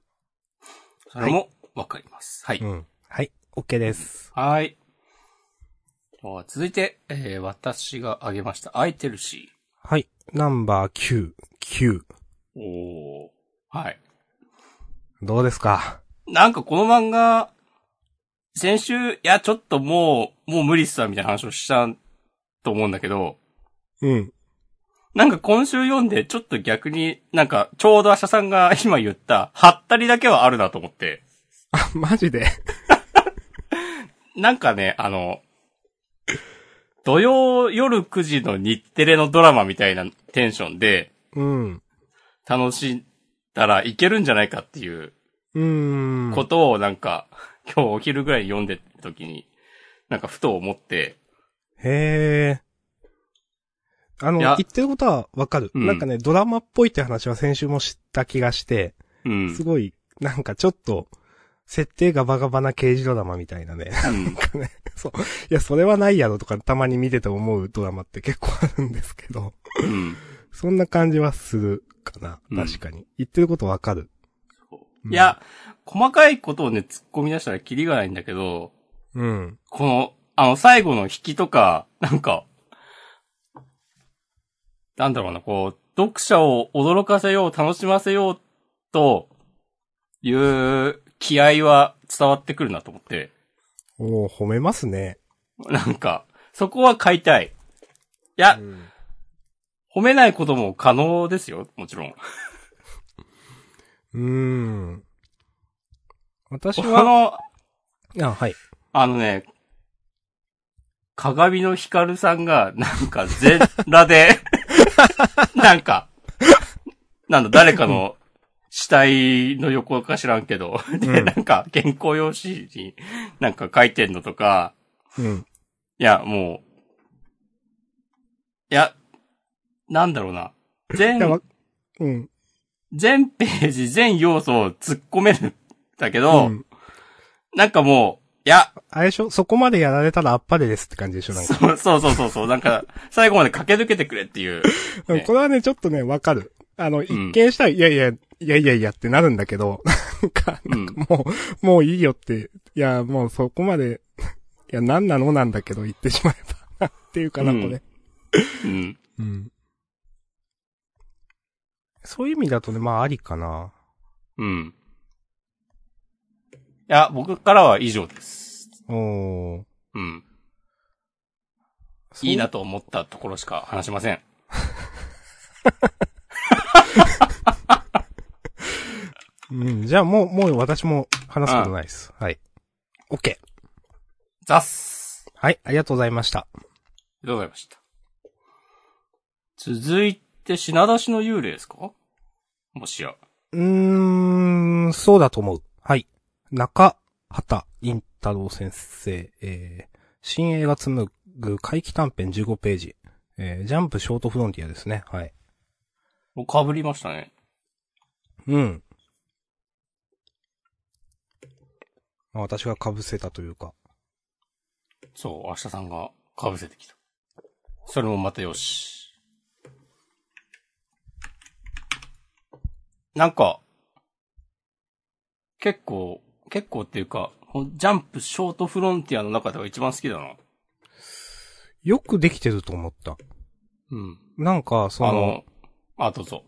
Speaker 1: それもわかります。はい。
Speaker 2: うん。はい、OK です。
Speaker 1: はい。では続いて、えー、私が挙げました、アイテルシ
Speaker 2: はい、ナンバー9、
Speaker 1: ー。
Speaker 2: 9。
Speaker 1: おー。はい。
Speaker 2: どうですか
Speaker 1: なんかこの漫画、先週、いや、ちょっともう、もう無理っすわ、みたいな話をしたと思うんだけど、
Speaker 2: うん。
Speaker 1: なんか今週読んで、ちょっと逆に、なんか、ちょうどアシャさんが今言った、ハったりだけはあるなと思って、
Speaker 2: あ、 [laughs] マジで
Speaker 1: なんかね、あの、土曜夜9時の日テレのドラマみたいなテンションで、
Speaker 2: うん。
Speaker 1: 楽しんだらいけるんじゃないかっていう
Speaker 2: うーん。
Speaker 1: ことをなんか、今日お昼ぐらいに読んでた時に、なんかふと思って、
Speaker 2: へえ。あの、
Speaker 1: いや
Speaker 2: 言ってることはわかる、
Speaker 1: うん
Speaker 2: なんかね、ドラマっぽいって話は先週も知った気がして、
Speaker 1: うん。
Speaker 2: すごい、なんかちょっと、設定がバカバな刑事ドラマみたいなね。 [laughs]
Speaker 1: うん
Speaker 2: いや、それはないやろとかたまに見てて思うドラマって結構あるんですけど、 [laughs]
Speaker 1: うん
Speaker 2: そんな感じはするかな。
Speaker 1: うん
Speaker 2: 確かに。言ってることわかる。うん
Speaker 1: いや、細かいことをね、突っ込み出したらキリがないんだけど、
Speaker 2: うん。
Speaker 1: この、あの、最後の引きとか、なんか、なんだろうな、こう、読者を驚かせよう、楽しませよう、という気合は伝わってくるなと思って、
Speaker 2: おー褒めますね。
Speaker 1: なんか、そこは買いたい。いや、褒めないことも可能ですよ、もちろん。
Speaker 2: うん。ん。私
Speaker 1: こ
Speaker 2: は、
Speaker 1: の、
Speaker 2: あ、はい。
Speaker 1: あのね、鏡の光さんが、なんか、全裸で、 [laughs] なんか、なんだ、誰かの死体の横か知らんけど、で、
Speaker 2: うん
Speaker 1: なんか、原稿用紙になんか書いてんのとか、
Speaker 2: うん。
Speaker 1: いや、もう、いや、なんだろうな。全
Speaker 2: いや、、わうん。
Speaker 1: 全ページ、全要素を突っ込めるんだけ
Speaker 2: う
Speaker 1: ど、
Speaker 2: ん。
Speaker 1: なんかもう、いや、
Speaker 2: あれでしょそこまでやられたらあっぱれですって感じでしょなんか。
Speaker 1: そうそうそうそうそう、なんか、最後まで駆け抜けてくれっていう。
Speaker 2: うん
Speaker 1: ね
Speaker 2: これはね、ちょっとね、わかる。あの、一見したら、いやいや、いやいやいやってなるんだけど、 [laughs] なんか、
Speaker 1: うん。
Speaker 2: もう、もういいよって、いや、もうそこまで、いや、なんなのなんだけど言ってしまえば、っていうかな、
Speaker 1: うん
Speaker 2: これ。
Speaker 1: うん。
Speaker 2: うん。そういう意味だとね、まあ、ありかな。
Speaker 1: うん。いや、僕からは以上です。
Speaker 2: おー。
Speaker 1: うん。
Speaker 2: そう
Speaker 1: いいな。と思ったところしか話しません。
Speaker 2: うん、じゃあもう、もう私も話すことないです。はい。OK。
Speaker 1: ザッスあ
Speaker 2: はい、ありがとうございました。
Speaker 1: りがとうございました。続いて、品出しの幽霊ですかもしや。
Speaker 2: うーん、そうだと思う。はい。中畑林太郎先生、えー、新映画紡ぐ回帰短編15ページ、えー、ジャンプショートフロンティアですね。はい。
Speaker 1: もう被りましたね。
Speaker 2: うん。まあ、私が被せたというか。
Speaker 1: そう、明日さんが被せてきた。それもまたよし。なんか、結構、結構っていうか、このジャンプショートフロンティアの中では一番好きだな。
Speaker 2: よくできてると思った。
Speaker 1: うん。
Speaker 2: なんか、そ
Speaker 1: あ
Speaker 2: の、
Speaker 1: の、あ、どうぞ。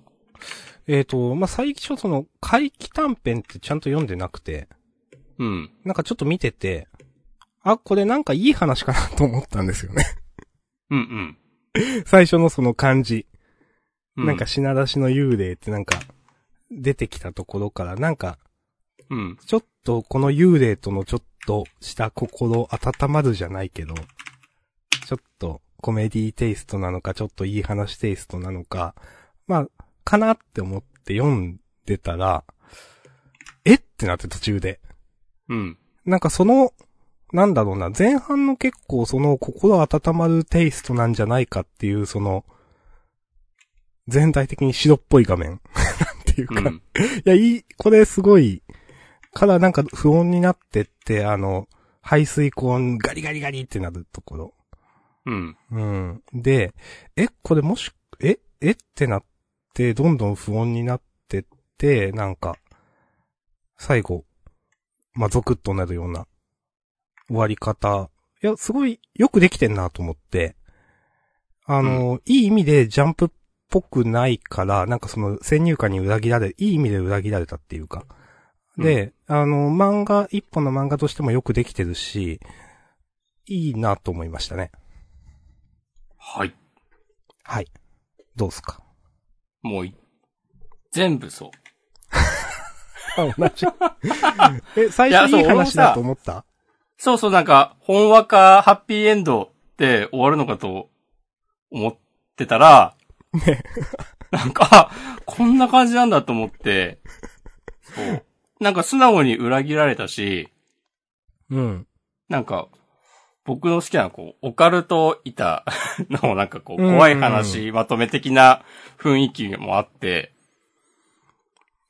Speaker 2: えっ、と、まあ、最初その、回帰短編ってちゃんと読んでなくて、
Speaker 1: うん。
Speaker 2: なんかちょっと見てて、あ、これなんかいい話かなと思ったんですよね。
Speaker 1: うんうん。
Speaker 2: 最初のその感じ。
Speaker 1: う
Speaker 2: なんか、品出しの幽霊ってなんか、出てきたところから、なんか、
Speaker 1: うん。
Speaker 2: ちょっとこの幽霊とのちょっとした心温まるじゃないけど、ちょっとコメディテイストなのか、ちょっといい話テイストなのか、まあ、かなって思って読んでたら、えってなって途中で。
Speaker 1: うん。
Speaker 2: なんかその、なんだろうな、前半の結構その心温まるテイストなんじゃないかっていう、その、全体的に白っぽい画面。 [laughs] なんていう
Speaker 1: う
Speaker 2: か、
Speaker 1: ん。
Speaker 2: いや、いい、これすごい、からなんか不穏になってって、あの、排水口ガリガリガリってなるところ。
Speaker 1: うん。
Speaker 2: うん。で、え、これもし、え、えってなって、どんどん不穏になってって、なんか、最後、まあ、ゾクッとなるような終わり方。いや、すごいよくできてんなと思って。あの、いい意味でジャンプっぽくないから、なんかその先入観に裏切られ、いい意味で裏切られたっていうか。で、あの、漫画、一本の漫画としてもよくできてるし、いいなと思いましたね。
Speaker 1: はい。
Speaker 2: はい。どうすか
Speaker 1: もうい、全部そう。
Speaker 2: あ、同じ。え、最
Speaker 1: いや
Speaker 2: 初
Speaker 1: そう
Speaker 2: いい
Speaker 1: 俺も
Speaker 2: 話
Speaker 1: さ
Speaker 2: だと思った
Speaker 1: そうそう、なんか、ほんわか、ハッピーエンドって終わるのかと思ってたら、
Speaker 2: ね。
Speaker 1: なんか、あこんな感じなんだと思って、そう。なんか素直に裏切られたし、
Speaker 2: うん。
Speaker 1: なんか、僕の好きな、こう、オカルト板の、なんかこう、怖い話、まとめ的な雰囲気もあって、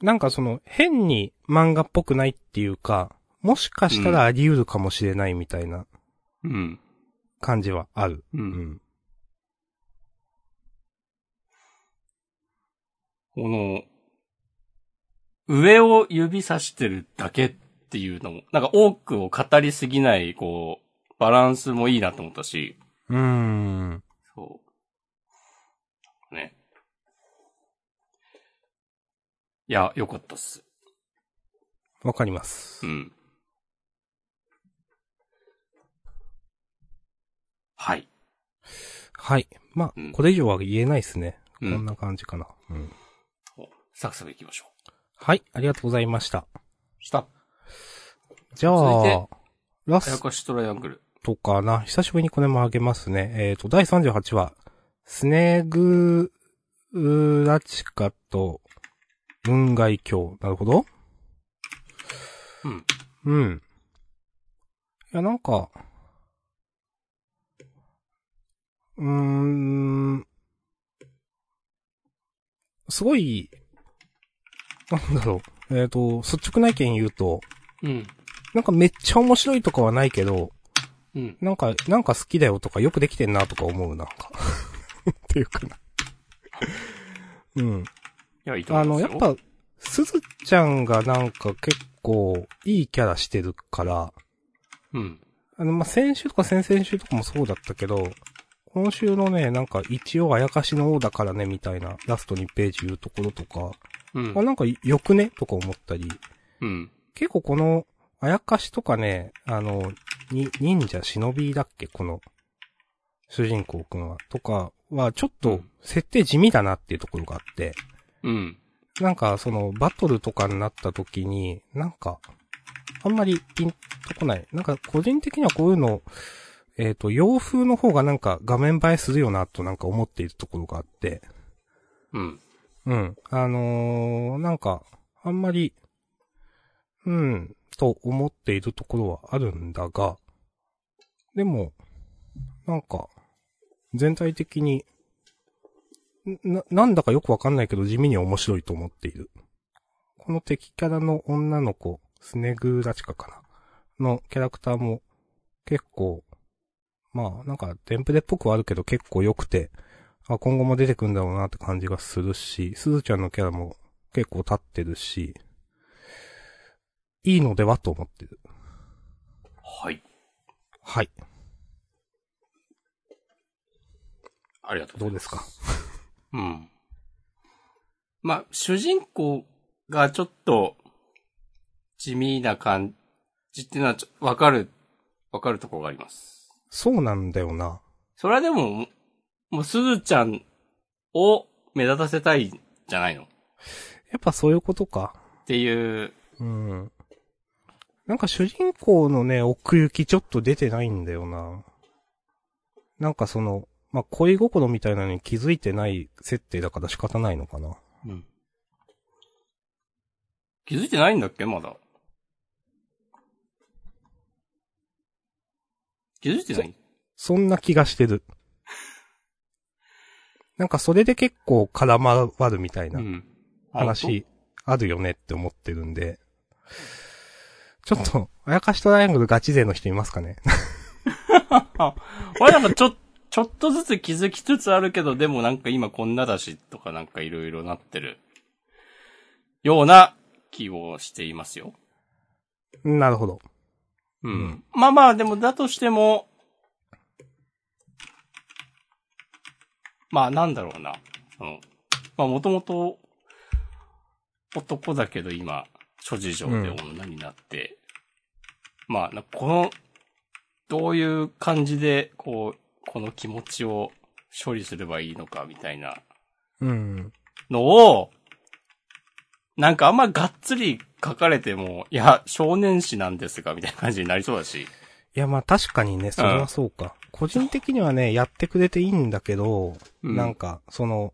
Speaker 2: なんかその、変に漫画っぽくないっていうか、もしかしたらあり得るかもしれないみたいな
Speaker 1: うん。
Speaker 2: 感じはある。
Speaker 1: う。
Speaker 2: うんん。
Speaker 1: この、上を指さしてるだけっていうのも、なんか多くを語りすぎない、こう、バランスもいいなと思ったし、
Speaker 2: うーん。
Speaker 1: そう。ね。いや、よかったっす。
Speaker 2: わかります
Speaker 1: う。ん。はい。
Speaker 2: はい。まあ
Speaker 1: うん、
Speaker 2: これ以上は言えないですね。こ
Speaker 1: うん
Speaker 2: んな感じかな。うん。
Speaker 1: おサクサク行きましょう。
Speaker 2: はい。ありがとうございました。
Speaker 1: した。
Speaker 2: じゃ
Speaker 1: 続い
Speaker 2: あ
Speaker 1: て、あ
Speaker 2: ラ
Speaker 1: や
Speaker 2: ス
Speaker 1: かしトライアングル。
Speaker 2: とかな。久しぶりにこれもあげますね。えっ、と、第38話、スネグーラチカと雲外鏡。なるほど。
Speaker 1: うん。
Speaker 2: うん。いや、なんか、うーん、すごい、なんだろう。えっ、と、率直な意見言うと、
Speaker 1: うん。
Speaker 2: なんかめっちゃ面白いとかはないけど、
Speaker 1: うん。
Speaker 2: なんか、なんか好きだよとか、よくできてんなとか思う、なんか。 [laughs] っていうかな。うん。
Speaker 1: いや、いいと思
Speaker 2: あ
Speaker 1: いま
Speaker 2: の、
Speaker 1: す
Speaker 2: や
Speaker 1: よ
Speaker 2: っ、ぱ、すずちゃんがなんか結構、いいキャラしてるから、
Speaker 1: うん。
Speaker 2: あの、まあ、先週とか先々週とかもそうだったけど、今週のね、なんか、一応あやかしの王だからね、みたいな、ラスト2ページ言うところとか、
Speaker 1: うん
Speaker 2: あ、。なんか、よくねとか思ったり、
Speaker 1: うん。
Speaker 2: 結構この、あやかしとかね、あの、に、忍者忍びだっけこの、主人公くんは。とかは、ちょっ
Speaker 1: う
Speaker 2: と
Speaker 1: ん、
Speaker 2: 設定地味だなっていうところがあって、
Speaker 1: うん。
Speaker 2: なんか、その、バトルとかになった時に、なんか、あんまりピンとこない。なんか、個人的にはこういうの、えっ、と、洋風の方がなんか画面映えするよな、となんか思っているところがあって、
Speaker 1: うん。
Speaker 2: うん。あのー、なんか、あんまり、うん、と思っているところはあるんだが、でも、なんか、全体的に、んな、なんだかよくわかんないけど地味に面白いと思っている。この敵キャラの女の子、スネグーラチカかなのキャラクターも結構、まあなんかテンプレっぽくはあるけど結構良くて、あ、今後も出てくんだろうなって感じがするし、すずちゃんのキャラも結構立ってるし、いいのではと思ってる。
Speaker 1: はい。
Speaker 2: はい。
Speaker 1: ありがとうご
Speaker 2: ど
Speaker 1: ざ
Speaker 2: う
Speaker 1: い
Speaker 2: で
Speaker 1: ます
Speaker 2: か
Speaker 1: す。うん。まあ、主人公がちょっと地味な感じっていうのはちょわかる、わかるところがあります。
Speaker 2: そうなんだよな。
Speaker 1: それはでも、もうすずちゃんを目立たせたいんじゃないのっ
Speaker 2: やっぱそういうことか。
Speaker 1: ていう、
Speaker 2: うん。なんか主人公のね、奥行きちょっと出てないんだよな。なんかその、まあ、恋心みたいなのに気づいてない設定だから仕方ないのかな。
Speaker 1: 気づいてないんだっけまだ。気づいてない。
Speaker 2: そんな気がして [laughs] る。なんかそれで結構絡まるみたいなん話あるよねって思ってるんで。ちょっと、あやかしトライアングルガチ勢の人いますかね [laughs]
Speaker 1: あ、 [laughs] 俺なんかちょ、ちょっとずつ気づきつつあるけど、でもなんか今こんなだしとかなんかいろいろなってるような気をしていますよ。
Speaker 2: なるほど。
Speaker 1: うん。
Speaker 2: うん
Speaker 1: まあまあ、でもだとしても、まあなんだろうな。そのまあもともと男だけど今、諸事情で女になって、まあなこの、どういう感じで、こう、この気持ちを処理すればいいのかみたいな
Speaker 2: うん。
Speaker 1: のを、なんかあんまがっつり書かれても、いや、少年誌なんですが、みたいな感じになりそうだし。
Speaker 2: いや、まあ確かにね、それはそうか。個人的にはね、やってくれていいんだけど、
Speaker 1: うん
Speaker 2: なんか、その、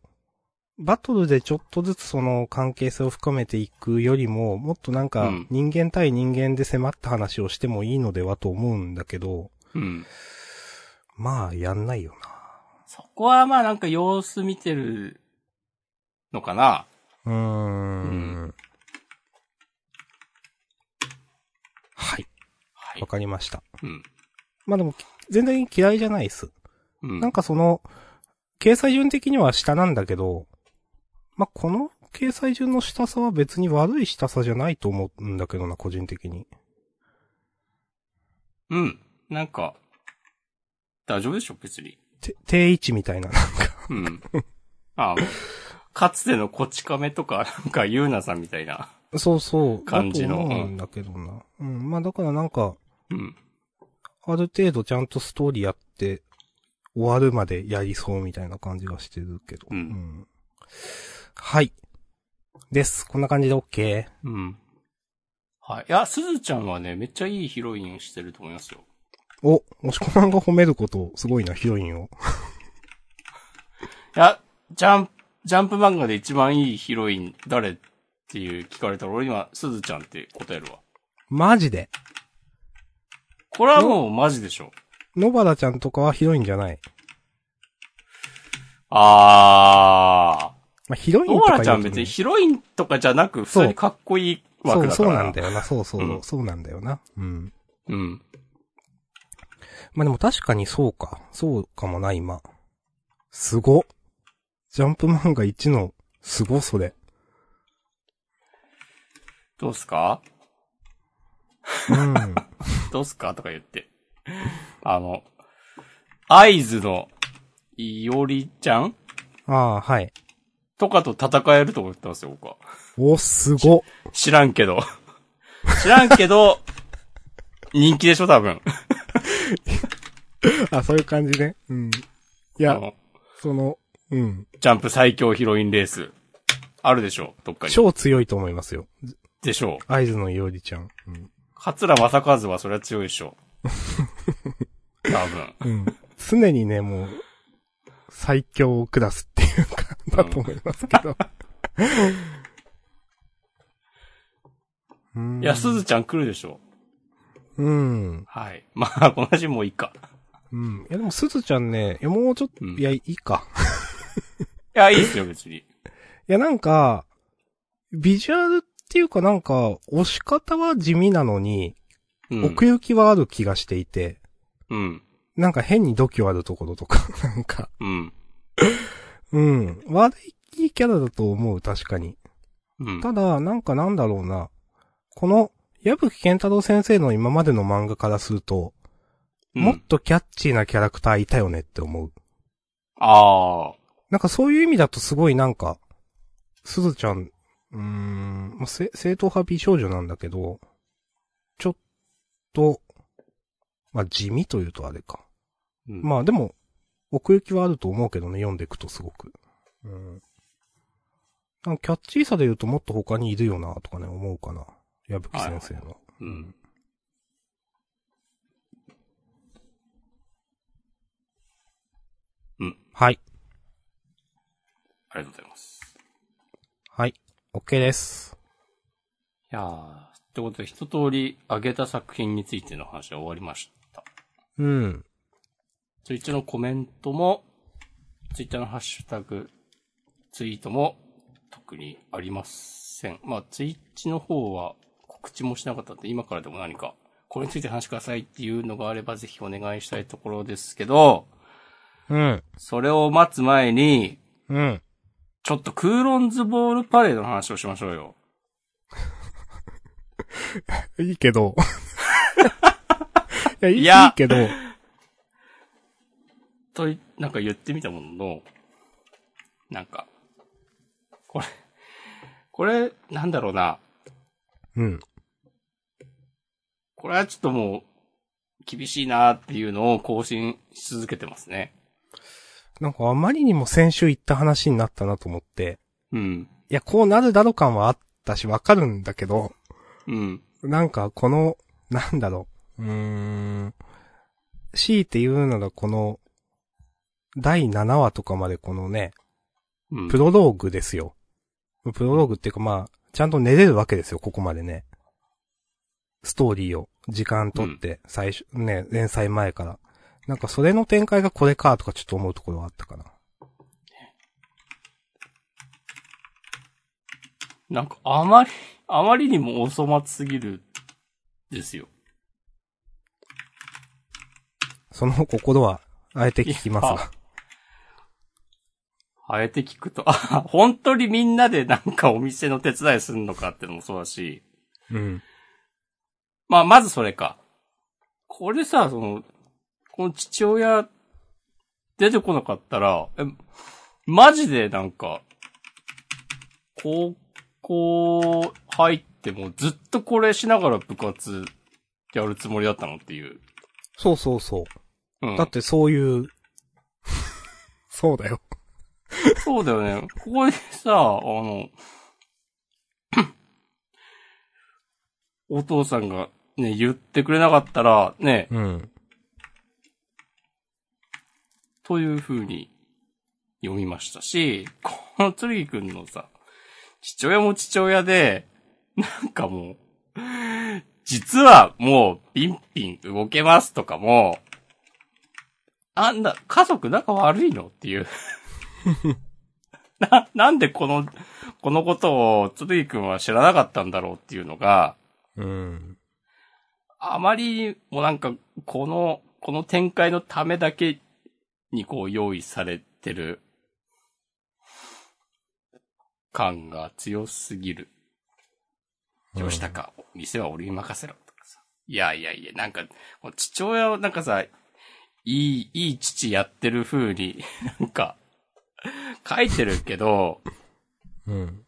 Speaker 2: バトルでちょっとずつその関係性を深めていくよりも、もっとなん
Speaker 1: う
Speaker 2: か
Speaker 1: ん
Speaker 2: 人間対人間で迫った話をしてもいいのではと思うんだけど、
Speaker 1: うん。
Speaker 2: まあやんないよ
Speaker 1: そこはまあなんか様子見てるのかな。
Speaker 2: な。うー。
Speaker 1: うん
Speaker 2: はい、
Speaker 1: はい
Speaker 2: わ。かりました。
Speaker 1: うん。
Speaker 2: まあでも、全然嫌いじゃないっす。
Speaker 1: うん。
Speaker 2: なんかその、掲載順的には下なんだけど、まあ、この掲載順の下さは別に悪い下さじゃないと思うんだけどな、個人的に。
Speaker 1: うん。なんか、大丈夫でしょ、別に。
Speaker 2: て、定位置
Speaker 1: [laughs]
Speaker 2: みたいな。 [laughs]
Speaker 1: うん。あかつてのこち亀とか、なんか、ゆうなさんみたいな。
Speaker 2: そうそう。
Speaker 1: 感じの
Speaker 2: だと思うんだけどな。うん。まあ、だからなんか、
Speaker 1: うん。
Speaker 2: ある程度ちゃんとストーリーやって、終わるまでやりそうみたいな感じがしてるけど。
Speaker 1: うん
Speaker 2: んはい。です。こんな感じで OK。
Speaker 1: うん。はい。いや、すずちゃんはね、めっちゃいいヒロインしてると思いますよ。
Speaker 2: お、もしこまんが褒めること、すごいな、ヒロインを。
Speaker 1: いや、ジャンプ、ジャンプ漫画で一番いいヒロイン誰っていう聞かれたら俺今、すずちゃんって答えるわ。
Speaker 2: マジで。
Speaker 1: これはもうマジでしょ。
Speaker 2: 野原ちゃんとかはヒロインじゃない。
Speaker 1: あ
Speaker 2: まあ、ヒロイ
Speaker 1: ー。
Speaker 2: ンと
Speaker 1: 野
Speaker 2: か言
Speaker 1: 原
Speaker 2: うと
Speaker 1: ちゃん別にヒロインとかじゃなく、普通にかっこいい
Speaker 2: そ
Speaker 1: 枠
Speaker 2: う、
Speaker 1: だか
Speaker 2: そう
Speaker 1: ら。
Speaker 2: なんだよな。そうそう、
Speaker 1: うん
Speaker 2: そうなんだよな。うん。
Speaker 1: うん。
Speaker 2: まあ、でも確かにそうか。そうかもな、今。すご。ジャンプ漫画1の、すご、それ。
Speaker 1: どうすか
Speaker 2: [laughs] うん。
Speaker 1: どうすかとか言って。あの、アイズの、いおりちゃん
Speaker 2: ああ、はい。
Speaker 1: とかと戦えると思ってますよ、僕は。
Speaker 2: お、すご。
Speaker 1: 知らんけど。知らんけど、人気でしょ、多分。
Speaker 2: あ、そういう感じね。うん。い
Speaker 1: あ
Speaker 2: や、
Speaker 1: の
Speaker 2: その、うん。
Speaker 1: ジャンプ最強ヒロインレース。あるでしょう、どっかに。
Speaker 2: 超強いと思いますよ。
Speaker 1: でしょう。
Speaker 2: 合図のいおりちゃん。うん。
Speaker 1: 桂正和はそれは強いでしょう。多分。
Speaker 2: うん。常にね、もう、最強クラスっていうか、だと思います [laughs] けど。うん
Speaker 1: いや、すずちゃん来るでしょう。
Speaker 2: うん。
Speaker 1: はい。まあ、この話もういいか。
Speaker 2: うん。いや、でも、すずちゃんね、いや、もうちょっと、
Speaker 1: うん
Speaker 2: いや、いいか。
Speaker 1: いや、いいですよ、別に。
Speaker 2: いや、なんか、ビジュアルっていうかなんか、押し方は地味なのに、
Speaker 1: うん。
Speaker 2: 奥行きはある気がしていて、
Speaker 1: うん。
Speaker 2: なんか変に度胸あるところとか、 [laughs] なんか、
Speaker 1: うん。
Speaker 2: うん。悪いキャラだと思う、確かに。
Speaker 1: うん。
Speaker 2: ただ、なんかなんだろうな。この、矢吹健太郎先生の今までの漫画からすると、もっ
Speaker 1: うん、
Speaker 2: とキャッチーなキャラクターいたよねって思う。
Speaker 1: ああ。
Speaker 2: なんかそういう意味だとすごいなんか、すずちゃん、うーん、まあ、せ正統派美少女なんだけど、ちょっと、まあ、地味というとあれか。
Speaker 1: うん
Speaker 2: まあでも、奥行きはあると思うけどね、読んでいくとすごく。うん。なんかキャッチーさで言うともっと他にいるよな、とかね、思うかな。矢吹先生の。
Speaker 1: うん。
Speaker 2: はい。
Speaker 1: ありがとうございます。
Speaker 2: はい。OK です。
Speaker 1: いやー、ってことで一通り上げた作品についての話は終わりました。
Speaker 2: うん。
Speaker 1: ツイッチのコメントも、ツイッターのハッシュタグ、ツイートも特にありません。まあ、ツイッチの方は告知もしなかったんで、今からでも何か、これについて話してくださいっていうのがあればぜひお願いしたいところですけど、
Speaker 2: うん。
Speaker 1: それを待つ前に、
Speaker 2: うん。
Speaker 1: ちょっとクーロンズボールパレードの話をしましょうよ。
Speaker 2: いいけど。 [laughs] いや、いい
Speaker 1: いや
Speaker 2: いいけど。
Speaker 1: とい、なんか言ってみたものの、なんか、これ、これ、なんだろうな。
Speaker 2: うん。
Speaker 1: これはちょっともう、厳しいなーっていうのを更新し続けてますね。
Speaker 2: なんかあまりにも先週言った話になったなと思って。
Speaker 1: うん。
Speaker 2: いや、こうなるだろう感はあったし、わかるんだけど。
Speaker 1: うん。
Speaker 2: なんかこの、なんだろう。うーん。強いて言うならこの、第7話とかまでこのね、
Speaker 1: うん。
Speaker 2: プロローグですよ。プロローグっていうかまあ、ちゃんと寝れるわけですよ、ここまでね。ストーリーを、時間取って、最初、ね、連載前から。なんかそれの展開がこれか、とかちょっと思うところはあったかな。
Speaker 1: なんか、あまり、あまりにもお粗末すぎる、ですよ。
Speaker 2: その心は、あえて聞きます
Speaker 1: いや
Speaker 2: が。
Speaker 1: あえて聞くと、あ本当にみんなでなんかお店の手伝いすんのかってのもそうだし、
Speaker 2: うん。
Speaker 1: まあ、まずそれか。これさ、その、この父親、出てこなかったら、え、マジでなんか、高校入ってもずっとこれしながら部活やるつもりだったのっていう。
Speaker 2: そうそうそう。
Speaker 1: うん
Speaker 2: だっ。てそういう、 [laughs] そうだよ。
Speaker 1: そうだよね。ここでさ、あの、お父さんがね、言ってくれなかったら、ね、
Speaker 2: うん。
Speaker 1: という風に読みましたし、このつるぎくんのさ、父親も父親で、なんかもう、実はもうピンピン動けますとかも、あんな、家族仲悪いのっていう。 [laughs] な、なんでこの、このことをつるぎくんは知らなかったんだろうっていうのが、
Speaker 2: うん。
Speaker 1: あまりにもなんか、この、この展開のためだけにこう用意されてる感が強すぎる。どうしたか、店は俺に任せろとかさ。いやいやいや、なんか、もう父親をなんかさ、いい、いい父やってる風に、 [laughs] なんか、書いてるけど、
Speaker 2: うん。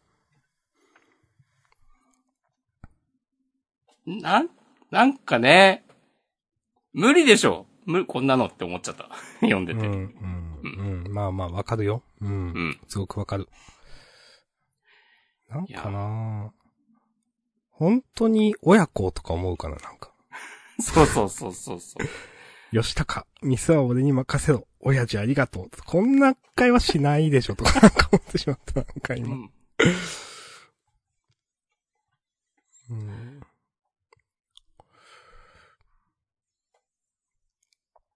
Speaker 1: なん、なんかね、無理でしょ無こんなのって思っちゃった。 [laughs] 読んで
Speaker 2: う
Speaker 1: て。
Speaker 2: ん。うん。うん。まあまあ、わかるよ。う。
Speaker 1: うんん。
Speaker 2: すごくわかる。なんかな本当に親子とか思うかな、なんか。
Speaker 1: [laughs] そうそうそうそうそう。
Speaker 2: 吉高、店は俺に任せろ。親父ありがとう。こんな会話しないでしょ、とかなんか思ってしまった、なんか
Speaker 1: う
Speaker 2: 今。
Speaker 1: ん、
Speaker 2: うん。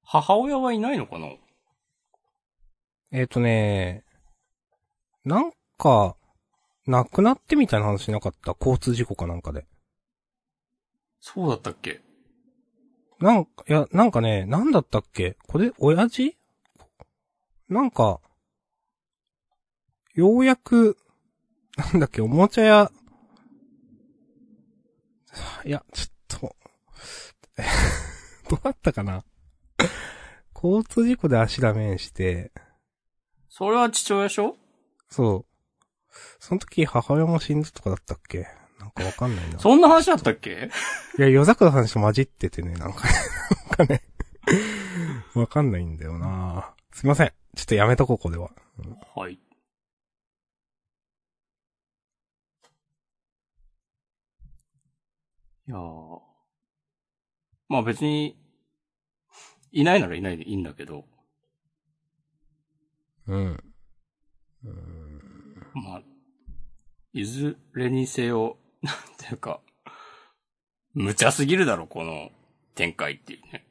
Speaker 1: 母親はいないのかな
Speaker 2: えっ、とね、なんか、亡くなってみたいな話なかった交通事故かなんかで。
Speaker 1: そうだったっけ
Speaker 2: なんか、いや、なんかね、なんだったっけこれ、親父なんか、ようやく、なんだっけ、おもちゃ屋、いや、ちょっと、 [laughs] どうだったかな [laughs] 交通事故で足ダメにして、
Speaker 1: それは父親でしょ
Speaker 2: そう。その時母親も死んだとかだったっけなんかわかんないな。
Speaker 1: そんな話だったっけ
Speaker 2: いや、夜桜さんと混じっててね、なんかね、なんかね、わかんないんだよなすいません。ちょっとやめとこう、これは。
Speaker 1: はい。いやーまあ別に、いないならいないでいいんだけど、
Speaker 2: うん。
Speaker 1: まあ、いずれにせよ、なんていうか、無茶すぎるだろ、この展開っていうね。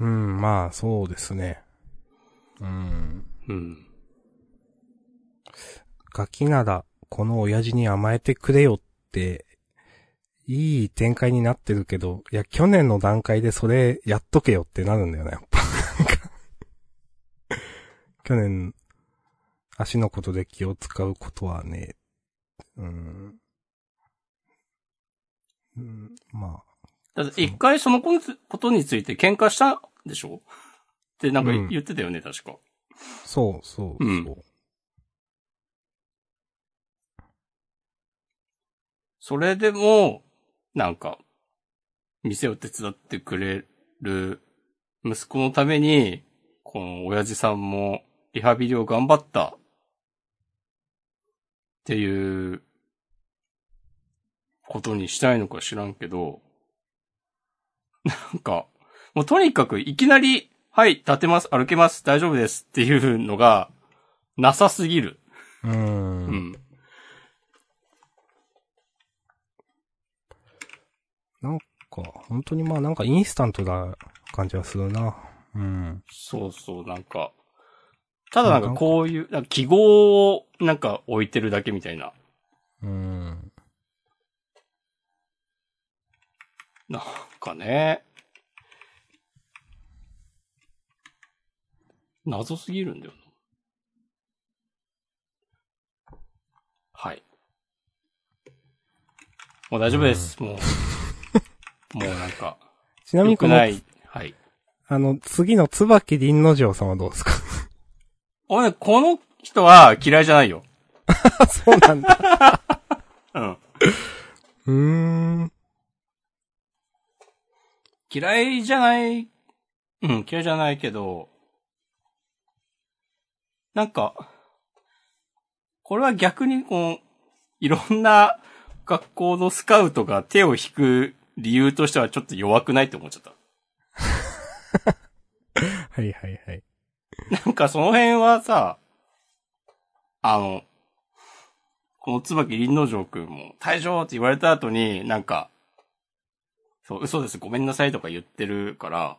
Speaker 2: うん、まあ、そうですね。うん。
Speaker 1: うん。
Speaker 2: ガキなら、この親父に甘えてくれよって、いい展開になってるけど、いや、去年の段階でそれやっとけよってなるんだよね、やっぱ。なんか去年、足のことで気を使うことはね、うん。うん、ま
Speaker 1: だって一回そのことについて喧嘩したでしょってなんか
Speaker 2: うん
Speaker 1: 言ってたよね、確か。
Speaker 2: あ、そうそうそう。
Speaker 1: うんそれでも、なんか、店を手伝ってくれる息子のために、この親父さんもリハビリを頑張ったっていうことにしたいのか知らんけど、なんか、もうとにかくいきなり、はい、立てます、歩けます、大丈夫ですっていうのがなさすぎる。
Speaker 2: う。
Speaker 1: うんん。
Speaker 2: か、本当にまあなんかインスタントな感じはするな。うん。
Speaker 1: そうそう、なんか、ただなんかこういう、なんか記号をなんか置いてるだけみたいな。
Speaker 2: うん。
Speaker 1: なんかね。謎すぎるんだよな。はい。もう大丈夫です。もう。もうなんか、
Speaker 2: ちなみ
Speaker 1: 良
Speaker 2: にこ
Speaker 1: く
Speaker 2: の
Speaker 1: ない。はい。
Speaker 2: あの、次の椿林之丞さんはどうですか [laughs]
Speaker 1: 俺、この人は嫌いじゃないよ。
Speaker 2: あ、そうなんだ。
Speaker 1: うん。
Speaker 2: うーん。
Speaker 1: 嫌いじゃない、うん、嫌いじゃないけど、なんか、これは逆にこの、いろんな学校のスカウトが手を引く理由としてはちょっと弱くないって思っちゃった。
Speaker 2: はいはいはい。
Speaker 1: なんかその辺はさ、あの、この椿林之丞くんも、退場って言われた後に、なんか、そう、嘘です、ごめんなさいとか言ってるから、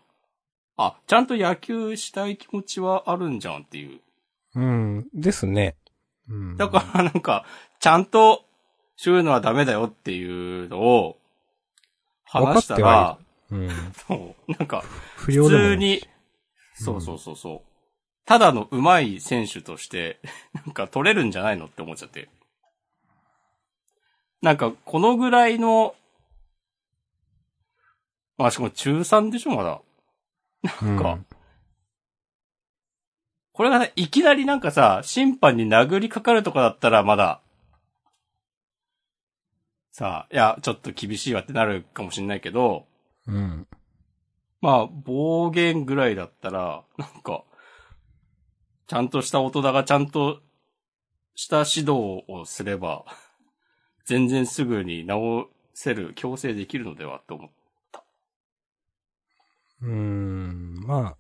Speaker 1: あ、ちゃんと野球したい気持ちはあるんじゃんっていう。
Speaker 2: うん。ですね。うん。
Speaker 1: だからなんか、ちゃんと、そういうのはダメだよっていうのを、話した
Speaker 2: わ
Speaker 1: ら
Speaker 2: か、うん。
Speaker 1: そう、なんか、
Speaker 2: 不
Speaker 1: 普
Speaker 2: 良でもな
Speaker 1: 通
Speaker 2: いし
Speaker 1: に、そうそうそうそう。ただの上手い選手として、 [laughs] なんか取れるんじゃないのって思っちゃって。なんか、このぐらいの、あ、しかも中3でしょ、まだ。なんか、これがね、いきなりなんかさ、審判に殴りかかるとかだったらまだ、さあ、いや、ちょっと厳しいわってなるかもしんないけど、
Speaker 2: うん。うん。
Speaker 1: まあ、暴言ぐらいだったら、なんか、ちゃんとした大人がちゃんとした指導をすれば、全然すぐに治せる、強制できるのではと思う。
Speaker 2: うん。ま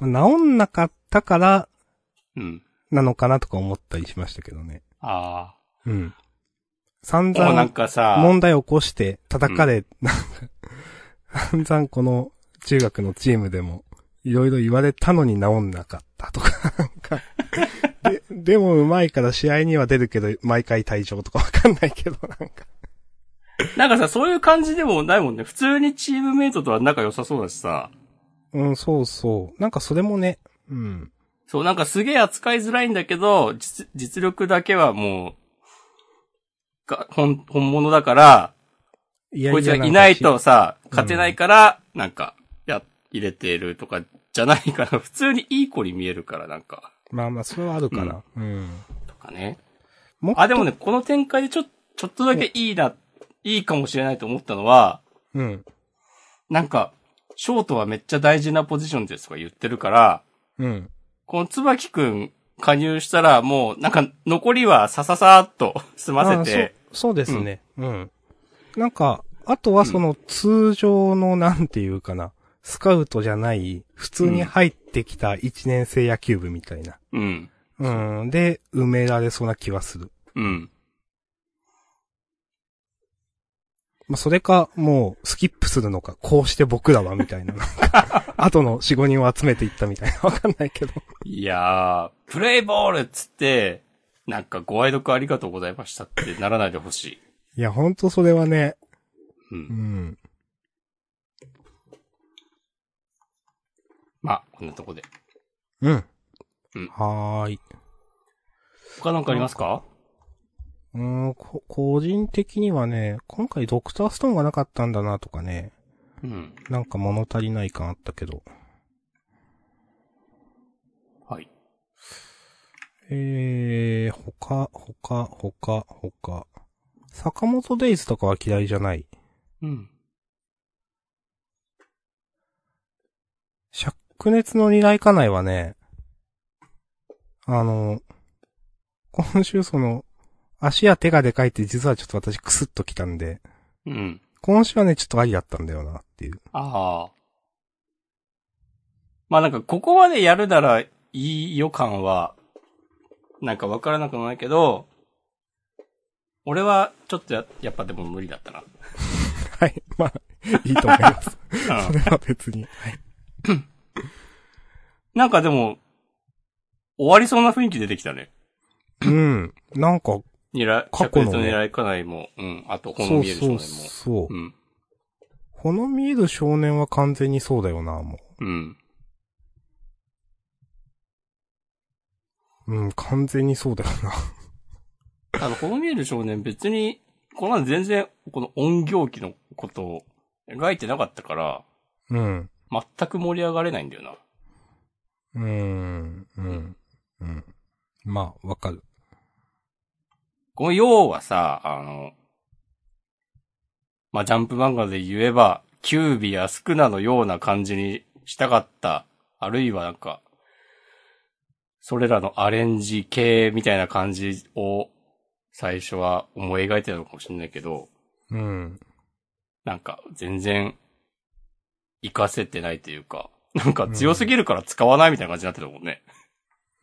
Speaker 2: あ、治んなかったから、
Speaker 1: うん。
Speaker 2: なのかなとか思ったりしましたけどね。
Speaker 1: あ
Speaker 2: うん。散
Speaker 1: あ。もうな
Speaker 2: 々
Speaker 1: ん、かさ、
Speaker 2: 問題を起こして叩かれ、なんか、散々この中学のチームでも、いろいろ言われたのに治んなかった
Speaker 1: [laughs]
Speaker 2: とか、なんか、で、でもうまいから試合には出るけど、毎回退場とかわかんないけど、なんか。
Speaker 1: なんかさ、そういう感じでもないもんね。普通にチームメイトとは仲良さそうだしさ、
Speaker 2: うん、そうそう。なんかそれもね、うん。
Speaker 1: そう、なんかすげえ扱いづらいんだけど、実実力だけはもう、が、本、本物だから、
Speaker 2: いや
Speaker 1: こいつがいない
Speaker 2: やん
Speaker 1: と
Speaker 2: か
Speaker 1: さ、勝てないから、なんか、や、入れてるとか、じゃないから、 [laughs] 普通にいい子に見えるから、なんか、
Speaker 2: まあまあ、それはあるから。うん。
Speaker 1: とかね。
Speaker 2: もっと
Speaker 1: あ、でもね、この展開でちょ、ちょっとだけいいな、いいかもしれないと思ったのは、
Speaker 2: うん。
Speaker 1: なんか、ショートはめっちゃ大事なポジションですとか言ってるから、
Speaker 2: うん。
Speaker 1: この椿くん加入したらもう、なんか残りはさささーっと済ませて、
Speaker 2: あそうそうですね。うん。なんか、あとはその通常のなんていうかな、スカウトじゃない、普通に入ってきた一年生野球部みたいな。
Speaker 1: うん、
Speaker 2: うん。で、埋められそうな気はする。
Speaker 1: うん、
Speaker 2: まあ、それか、もう、スキップするのか、こうして僕らは、みたいな。
Speaker 1: [laughs]
Speaker 2: 後の4、5人を集めていったみたいな。わかんないけど。
Speaker 1: いやー、プレイボールっつって、なんかご愛読ありがとうございましたってならないでほしい。
Speaker 2: いや、ほんとそれはね、
Speaker 1: う。
Speaker 2: うんん。
Speaker 1: まあ、こんなとこで。
Speaker 2: うん。
Speaker 1: うん
Speaker 2: はーい。
Speaker 1: 他なんかありますか
Speaker 2: うーん、こ個人的にはね、今回ドクターストーンがなかったんだなとかね、
Speaker 1: うん。
Speaker 2: なんか物足りない感あったけど。
Speaker 1: はい。
Speaker 2: えー、他、他、他、他。坂本デイズとかは嫌いじゃない。
Speaker 1: うん。
Speaker 2: 灼熱の二来家内はね、あの、今週その、足や手がでかいって実はちょっと私クスッときたんで、
Speaker 1: うん。
Speaker 2: 今週はね、ちょっとありだったんだよなっていう。
Speaker 1: ああ。まあなんか、ここまでやるならいい予感は、なんかわからなくもないけど、俺はちょっとややっぱでも無理だったな。
Speaker 2: はい。まあ、いいと思
Speaker 1: [laughs]
Speaker 2: います。
Speaker 1: う
Speaker 2: そ
Speaker 1: ん
Speaker 2: れは別に。はい。
Speaker 1: なんかでも、終わりそうな雰囲気出てきたね。
Speaker 2: うん。なんか、
Speaker 1: 狙い、
Speaker 2: 過去
Speaker 1: 着
Speaker 2: の
Speaker 1: 熱
Speaker 2: ね
Speaker 1: の狙いかないも、うん、あと、こ
Speaker 2: そ
Speaker 1: の
Speaker 2: う
Speaker 1: 見える少
Speaker 2: そう
Speaker 1: 年も。
Speaker 2: そう
Speaker 1: う。ん、
Speaker 2: この見える少年は完全にそうだよな、も
Speaker 1: うん、
Speaker 2: う。うん、完全にそうだよな。
Speaker 1: あの、この見える少年別に、この全然、この音行機のことを描いてなかったから、
Speaker 2: うん。
Speaker 1: 全く盛り上がれないんだよな。
Speaker 2: うーん。うん。うん。まあ、わかる。
Speaker 1: この要はさ、あの、まあ、ジャンプ漫画で言えば、キュービやスクナのような感じにしたかった。あるいはなんか、それらのアレンジ系みたいな感じを最初は思い描いてたのかもしれないけど、
Speaker 2: うん。
Speaker 1: なんか全然活かせてないというか、なんか強すぎるから使わないみたいな感じになってたもんね。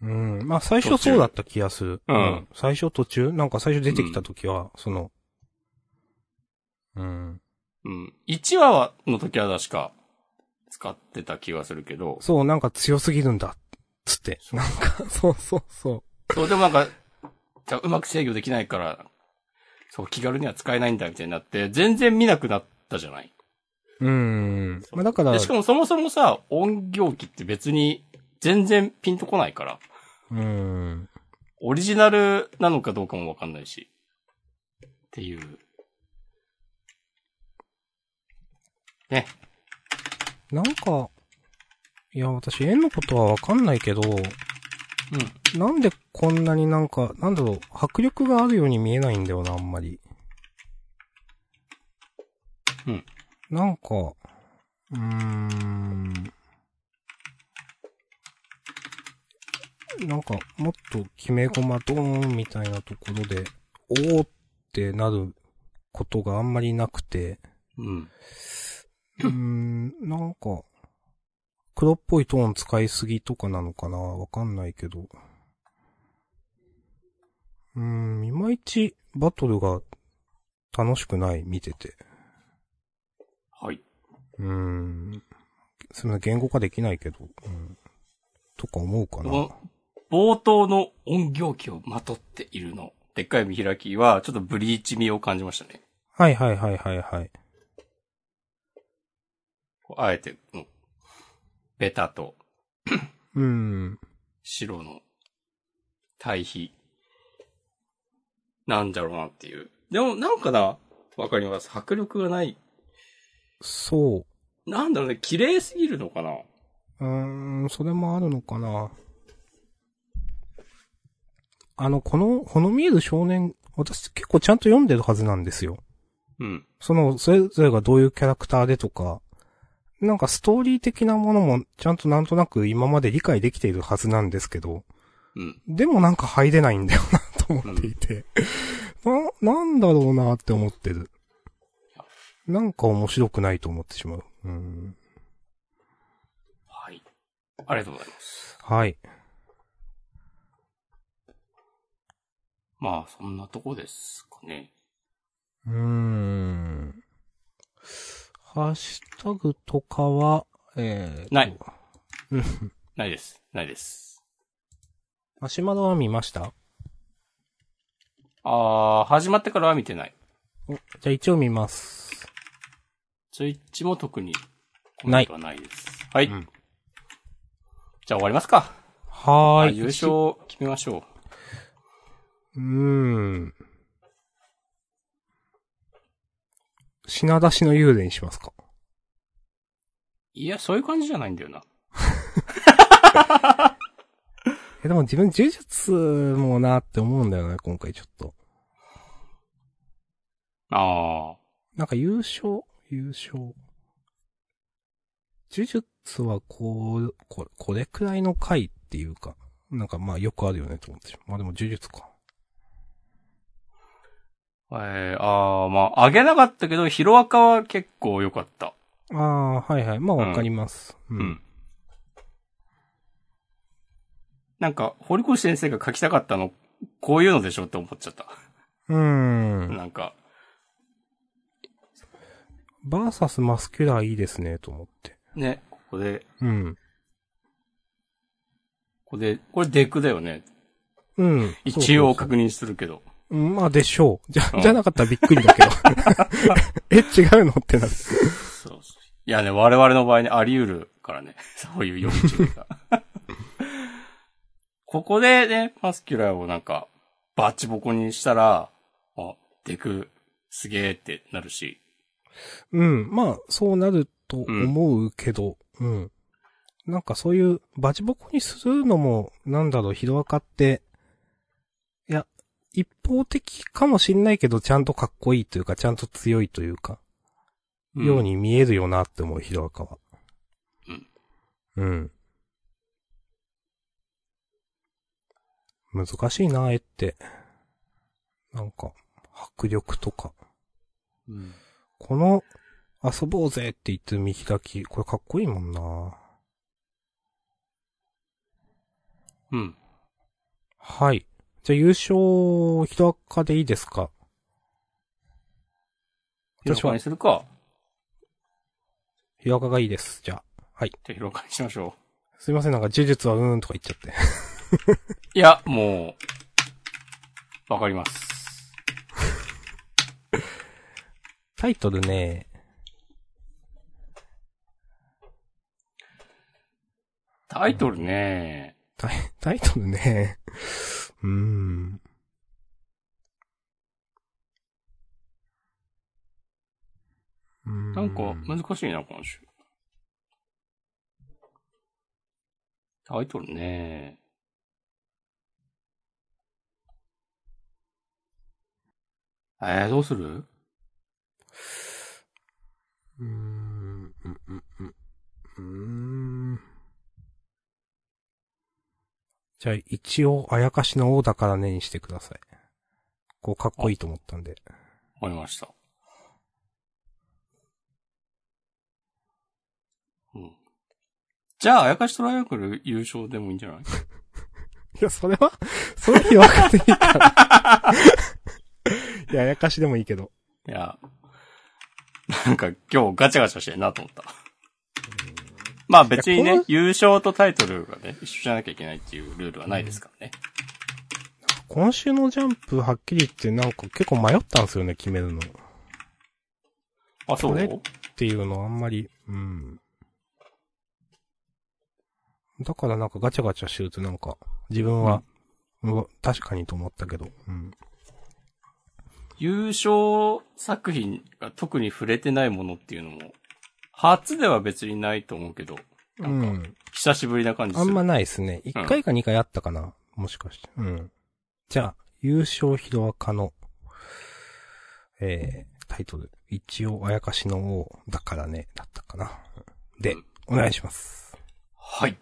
Speaker 2: うん。まあ、最初そうだった気がする。
Speaker 1: うん
Speaker 2: 最初途中なんか最初出てきた時は、その、うん。
Speaker 1: うん。1話はの時は確か使ってた気がするけど、
Speaker 2: そう、なんか強すぎるんだ。つって。なんか、 [laughs] そうそうそ
Speaker 1: そう、でもなんか、じゃあうまく制御できないから、そう、気軽には使えないんだ、みたいになって、全然見なくなったじゃない。
Speaker 2: う。うん。まあ、だから
Speaker 1: で、しかもそもそもさ、音響機って別に、全然ピンとこないから、
Speaker 2: うん。
Speaker 1: オリジナルなのかどうかもわかんないし、っていう。ね。
Speaker 2: なんか、いや、私、縁のことはわかんないけど、
Speaker 1: うん。
Speaker 2: なんでこんなになんか、なんだろう、迫力があるように見えないんだよな、あんまり。
Speaker 1: うん。
Speaker 2: なんか、うーん。なんか、もっときめごまドーンみたいなところで、おーってなることがあんまりなくて、
Speaker 1: うん。
Speaker 2: うーん、なんか、黒っぽいトーン使いすぎとかなのかなわかんないけど。うーん、いまいちバトルが楽しくない、見てて。
Speaker 1: はい。
Speaker 2: うーん。すみません、言語化できないけど。うん。とか思うか
Speaker 1: こ
Speaker 2: な
Speaker 1: の。、冒頭の音響機をまとっているの、でっかい見開きは、ちょっとブリーチ味を感じましたね。
Speaker 2: はいはいはいはいはい。
Speaker 1: こうあえて、うん。ベタと
Speaker 2: うーん。
Speaker 1: 白の対比。なんだろうなっていう。でも、なんかな、わかります。迫力がない。
Speaker 2: そ
Speaker 1: なんだろうね、綺麗すぎるのかな
Speaker 2: う。うーん、それもあるのかな。あの、この、この見える少年、私結構ちゃんと読んでるはずなんですよ。
Speaker 1: うん。
Speaker 2: その、それぞれがどういうキャラクターでとか、なんかストーリー的なものもちゃんとなんとなく今まで理解できているはずなんですけど、
Speaker 1: うん。
Speaker 2: でもなんか入れないんだよなと思っていて、 [laughs] な、なんだろうなって思ってる。なんか面白くないと思ってしまう。うん。
Speaker 1: はい。ありがとうございます。
Speaker 2: はい。
Speaker 1: まあ、そんなとこですかね。
Speaker 2: うーん。ハッシュタグとかは、えー、
Speaker 1: ない。
Speaker 2: うん。
Speaker 1: ないです。ないです。
Speaker 2: マシュマロは見ました
Speaker 1: あー、始まってからは見てない。
Speaker 2: おじゃあ一応見ます。
Speaker 1: ツイッチも特にコメントはないです。はい。
Speaker 2: うん
Speaker 1: じゃあ終わりますか。
Speaker 2: はーい。
Speaker 1: 優勝を決めましょう。
Speaker 2: うーん。品出しの幽霊にしますか。
Speaker 1: いや、そういう感じじゃないんだよな。
Speaker 2: え、でも自分呪術もなって思うんだよね、今回ちょっと。
Speaker 1: あ
Speaker 2: なんか優勝、優勝。呪術はこう、これ、これくらいの回っていうか、なんかまあよくあるよねと思ってしまう。まあでも呪術か。
Speaker 1: ー。えー、あー、まあ、あげなかったけど、ヒロアカは結構良かった。
Speaker 2: ああ、はいはい。まあわかります。う
Speaker 1: うん。。なんか、堀越先生が書きたかったの、こういうのでしょって思っちゃった。
Speaker 2: うーん。
Speaker 1: なんか、
Speaker 2: バーサスマスキュラーいいですね、と思って。
Speaker 1: ね、ここで、
Speaker 2: うん。
Speaker 1: ここで、これデクだよね。
Speaker 2: うん。
Speaker 1: 一応
Speaker 2: か
Speaker 1: 確認するけど。
Speaker 2: うんまあでしょう。じ
Speaker 1: う
Speaker 2: ゃ、
Speaker 1: ん
Speaker 2: じゃなかったらびっくりだけど。 [laughs] え、違うのってなる。
Speaker 1: そうそう。いやね、我々の場合ね、あり得るからね。そういう読み注意が。ここでね、マスキュラーをなんか、バッチボコにしたら、あ、デク、すげーってなるし。
Speaker 2: うん。まあ、そうなると思うけど、うん。なんかそういう、バチボコにするのも、なんだろう、ヒロアカって、いや、一方的かもしんないけど、ちゃんとかっこいいというか、ちゃんと強いというか、
Speaker 1: ん
Speaker 2: よう。に見えるよなって思う、ヒロアカは。
Speaker 1: うん。
Speaker 2: うん。難しいな、絵って。なんか、迫力とか。
Speaker 1: うん
Speaker 2: この、遊ぼうぜって言ってる見開き、これかっこいいもんな
Speaker 1: うん。
Speaker 2: はい。じゃあ優勝、人赤でいいですか
Speaker 1: 広
Speaker 2: 私
Speaker 1: 岡
Speaker 2: は
Speaker 1: に、するか。
Speaker 2: 人赤がいいです。じゃあ。
Speaker 1: じゃあ広岡にしましょ
Speaker 2: すいません、なんか呪術はうーんとか言っちゃって。 [laughs]
Speaker 1: う。いや、もう、わかります。
Speaker 2: タイトルね、
Speaker 1: タイトルね、
Speaker 2: タイ、タイトルね、 [laughs] うーん。うー
Speaker 1: なんか難しいな、今週。タイトルね。えー、どうする
Speaker 2: うーん、うん、うん、うんうーん。じゃあ、一応、あやかしの王だからねにしてください。こう、かっこいいと思ったんで。
Speaker 1: 思いました。うん。じゃあ、あやかしトライアングル優勝でもいいんじゃない
Speaker 2: いや、それは、その日分かっていい [laughs] から。いや、あやかしでもいいけど。
Speaker 1: いや、なんか今日ガチャガチャしてんなと思った。まあ別に
Speaker 2: いや
Speaker 1: ね
Speaker 2: こ、
Speaker 1: 優勝とタイトルがね、一緒じゃなきゃいけないっていうルールはないですからね。
Speaker 2: 今週のジャンプ、はっきり言って、なんか結構迷ったんですよね、決めるの。っ
Speaker 1: あ、そう
Speaker 2: これていうのはあんまり、うん。だからなんかガチャガチャしてるとなんか、自分は、うわ確かにと思ったけど、うん。
Speaker 1: 優勝作品が特に触れてないものっていうのも、初では別にないと思うけど、
Speaker 2: う
Speaker 1: なんか
Speaker 2: ん。
Speaker 1: 久しぶりな感じす
Speaker 2: あ
Speaker 1: る。
Speaker 2: んまないですね。一
Speaker 1: うん
Speaker 2: 回か二回あったかな、もしかして。うん。じゃあ、優勝ヒロアカの、えー、タイトル。一応、あやかしの王だからね、だったかな。で、お願いします。
Speaker 1: はい。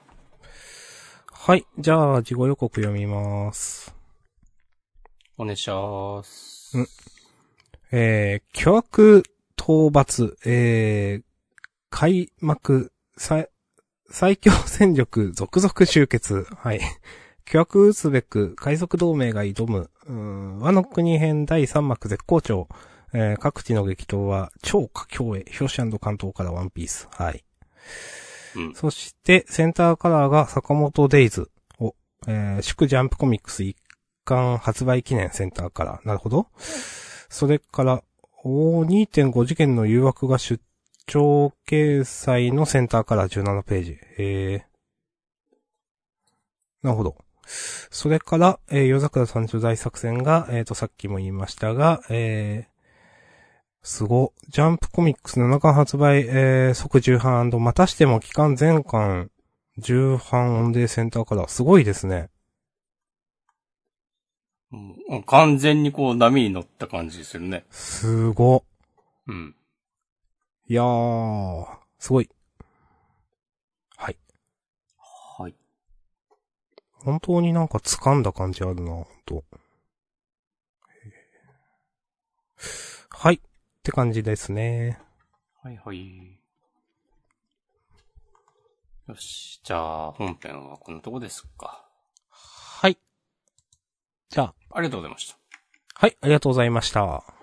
Speaker 2: はい。じゃあ、事後予告読みます。
Speaker 1: お願いします。
Speaker 2: うんえー、巨悪討伐、えー、開幕、最、最強戦力続々集結。はい。巨悪打つべく、海賊同盟が挑む、うーん、和の国編第3幕絶好調。えー、各地の激闘は超佳境へ、表紙関東からワンピース。はい。
Speaker 1: うん
Speaker 2: そして、センターカラーが坂本デイズを、えー、祝ジャンプコミックス一巻発売記念センターカラー。なるほど。それから、おー2.5次元の誘惑が出張掲載のセンターカラー17ページ。えー。なるほど。それから、えー、夜桜三丁大作戦が、えっ、と、さっきも言いましたが、えー、すご。ジャンプコミックス7巻発売、えー、即重版またしても期間全巻、重版オンデーセンターカラー。すごいですね。
Speaker 1: うん完全にこう波に乗った感じするね。
Speaker 2: すご。
Speaker 1: うん。
Speaker 2: いやー、すごい。はい。
Speaker 1: はい。
Speaker 2: 本当になんか掴んだ感じあるなほんと。はい。って感じですね。
Speaker 1: はいはい。よし。じゃあ、本編はこんなとこですか。
Speaker 2: はい。じゃあ、
Speaker 1: ありがとうございました。
Speaker 2: はい、ありがとうございました。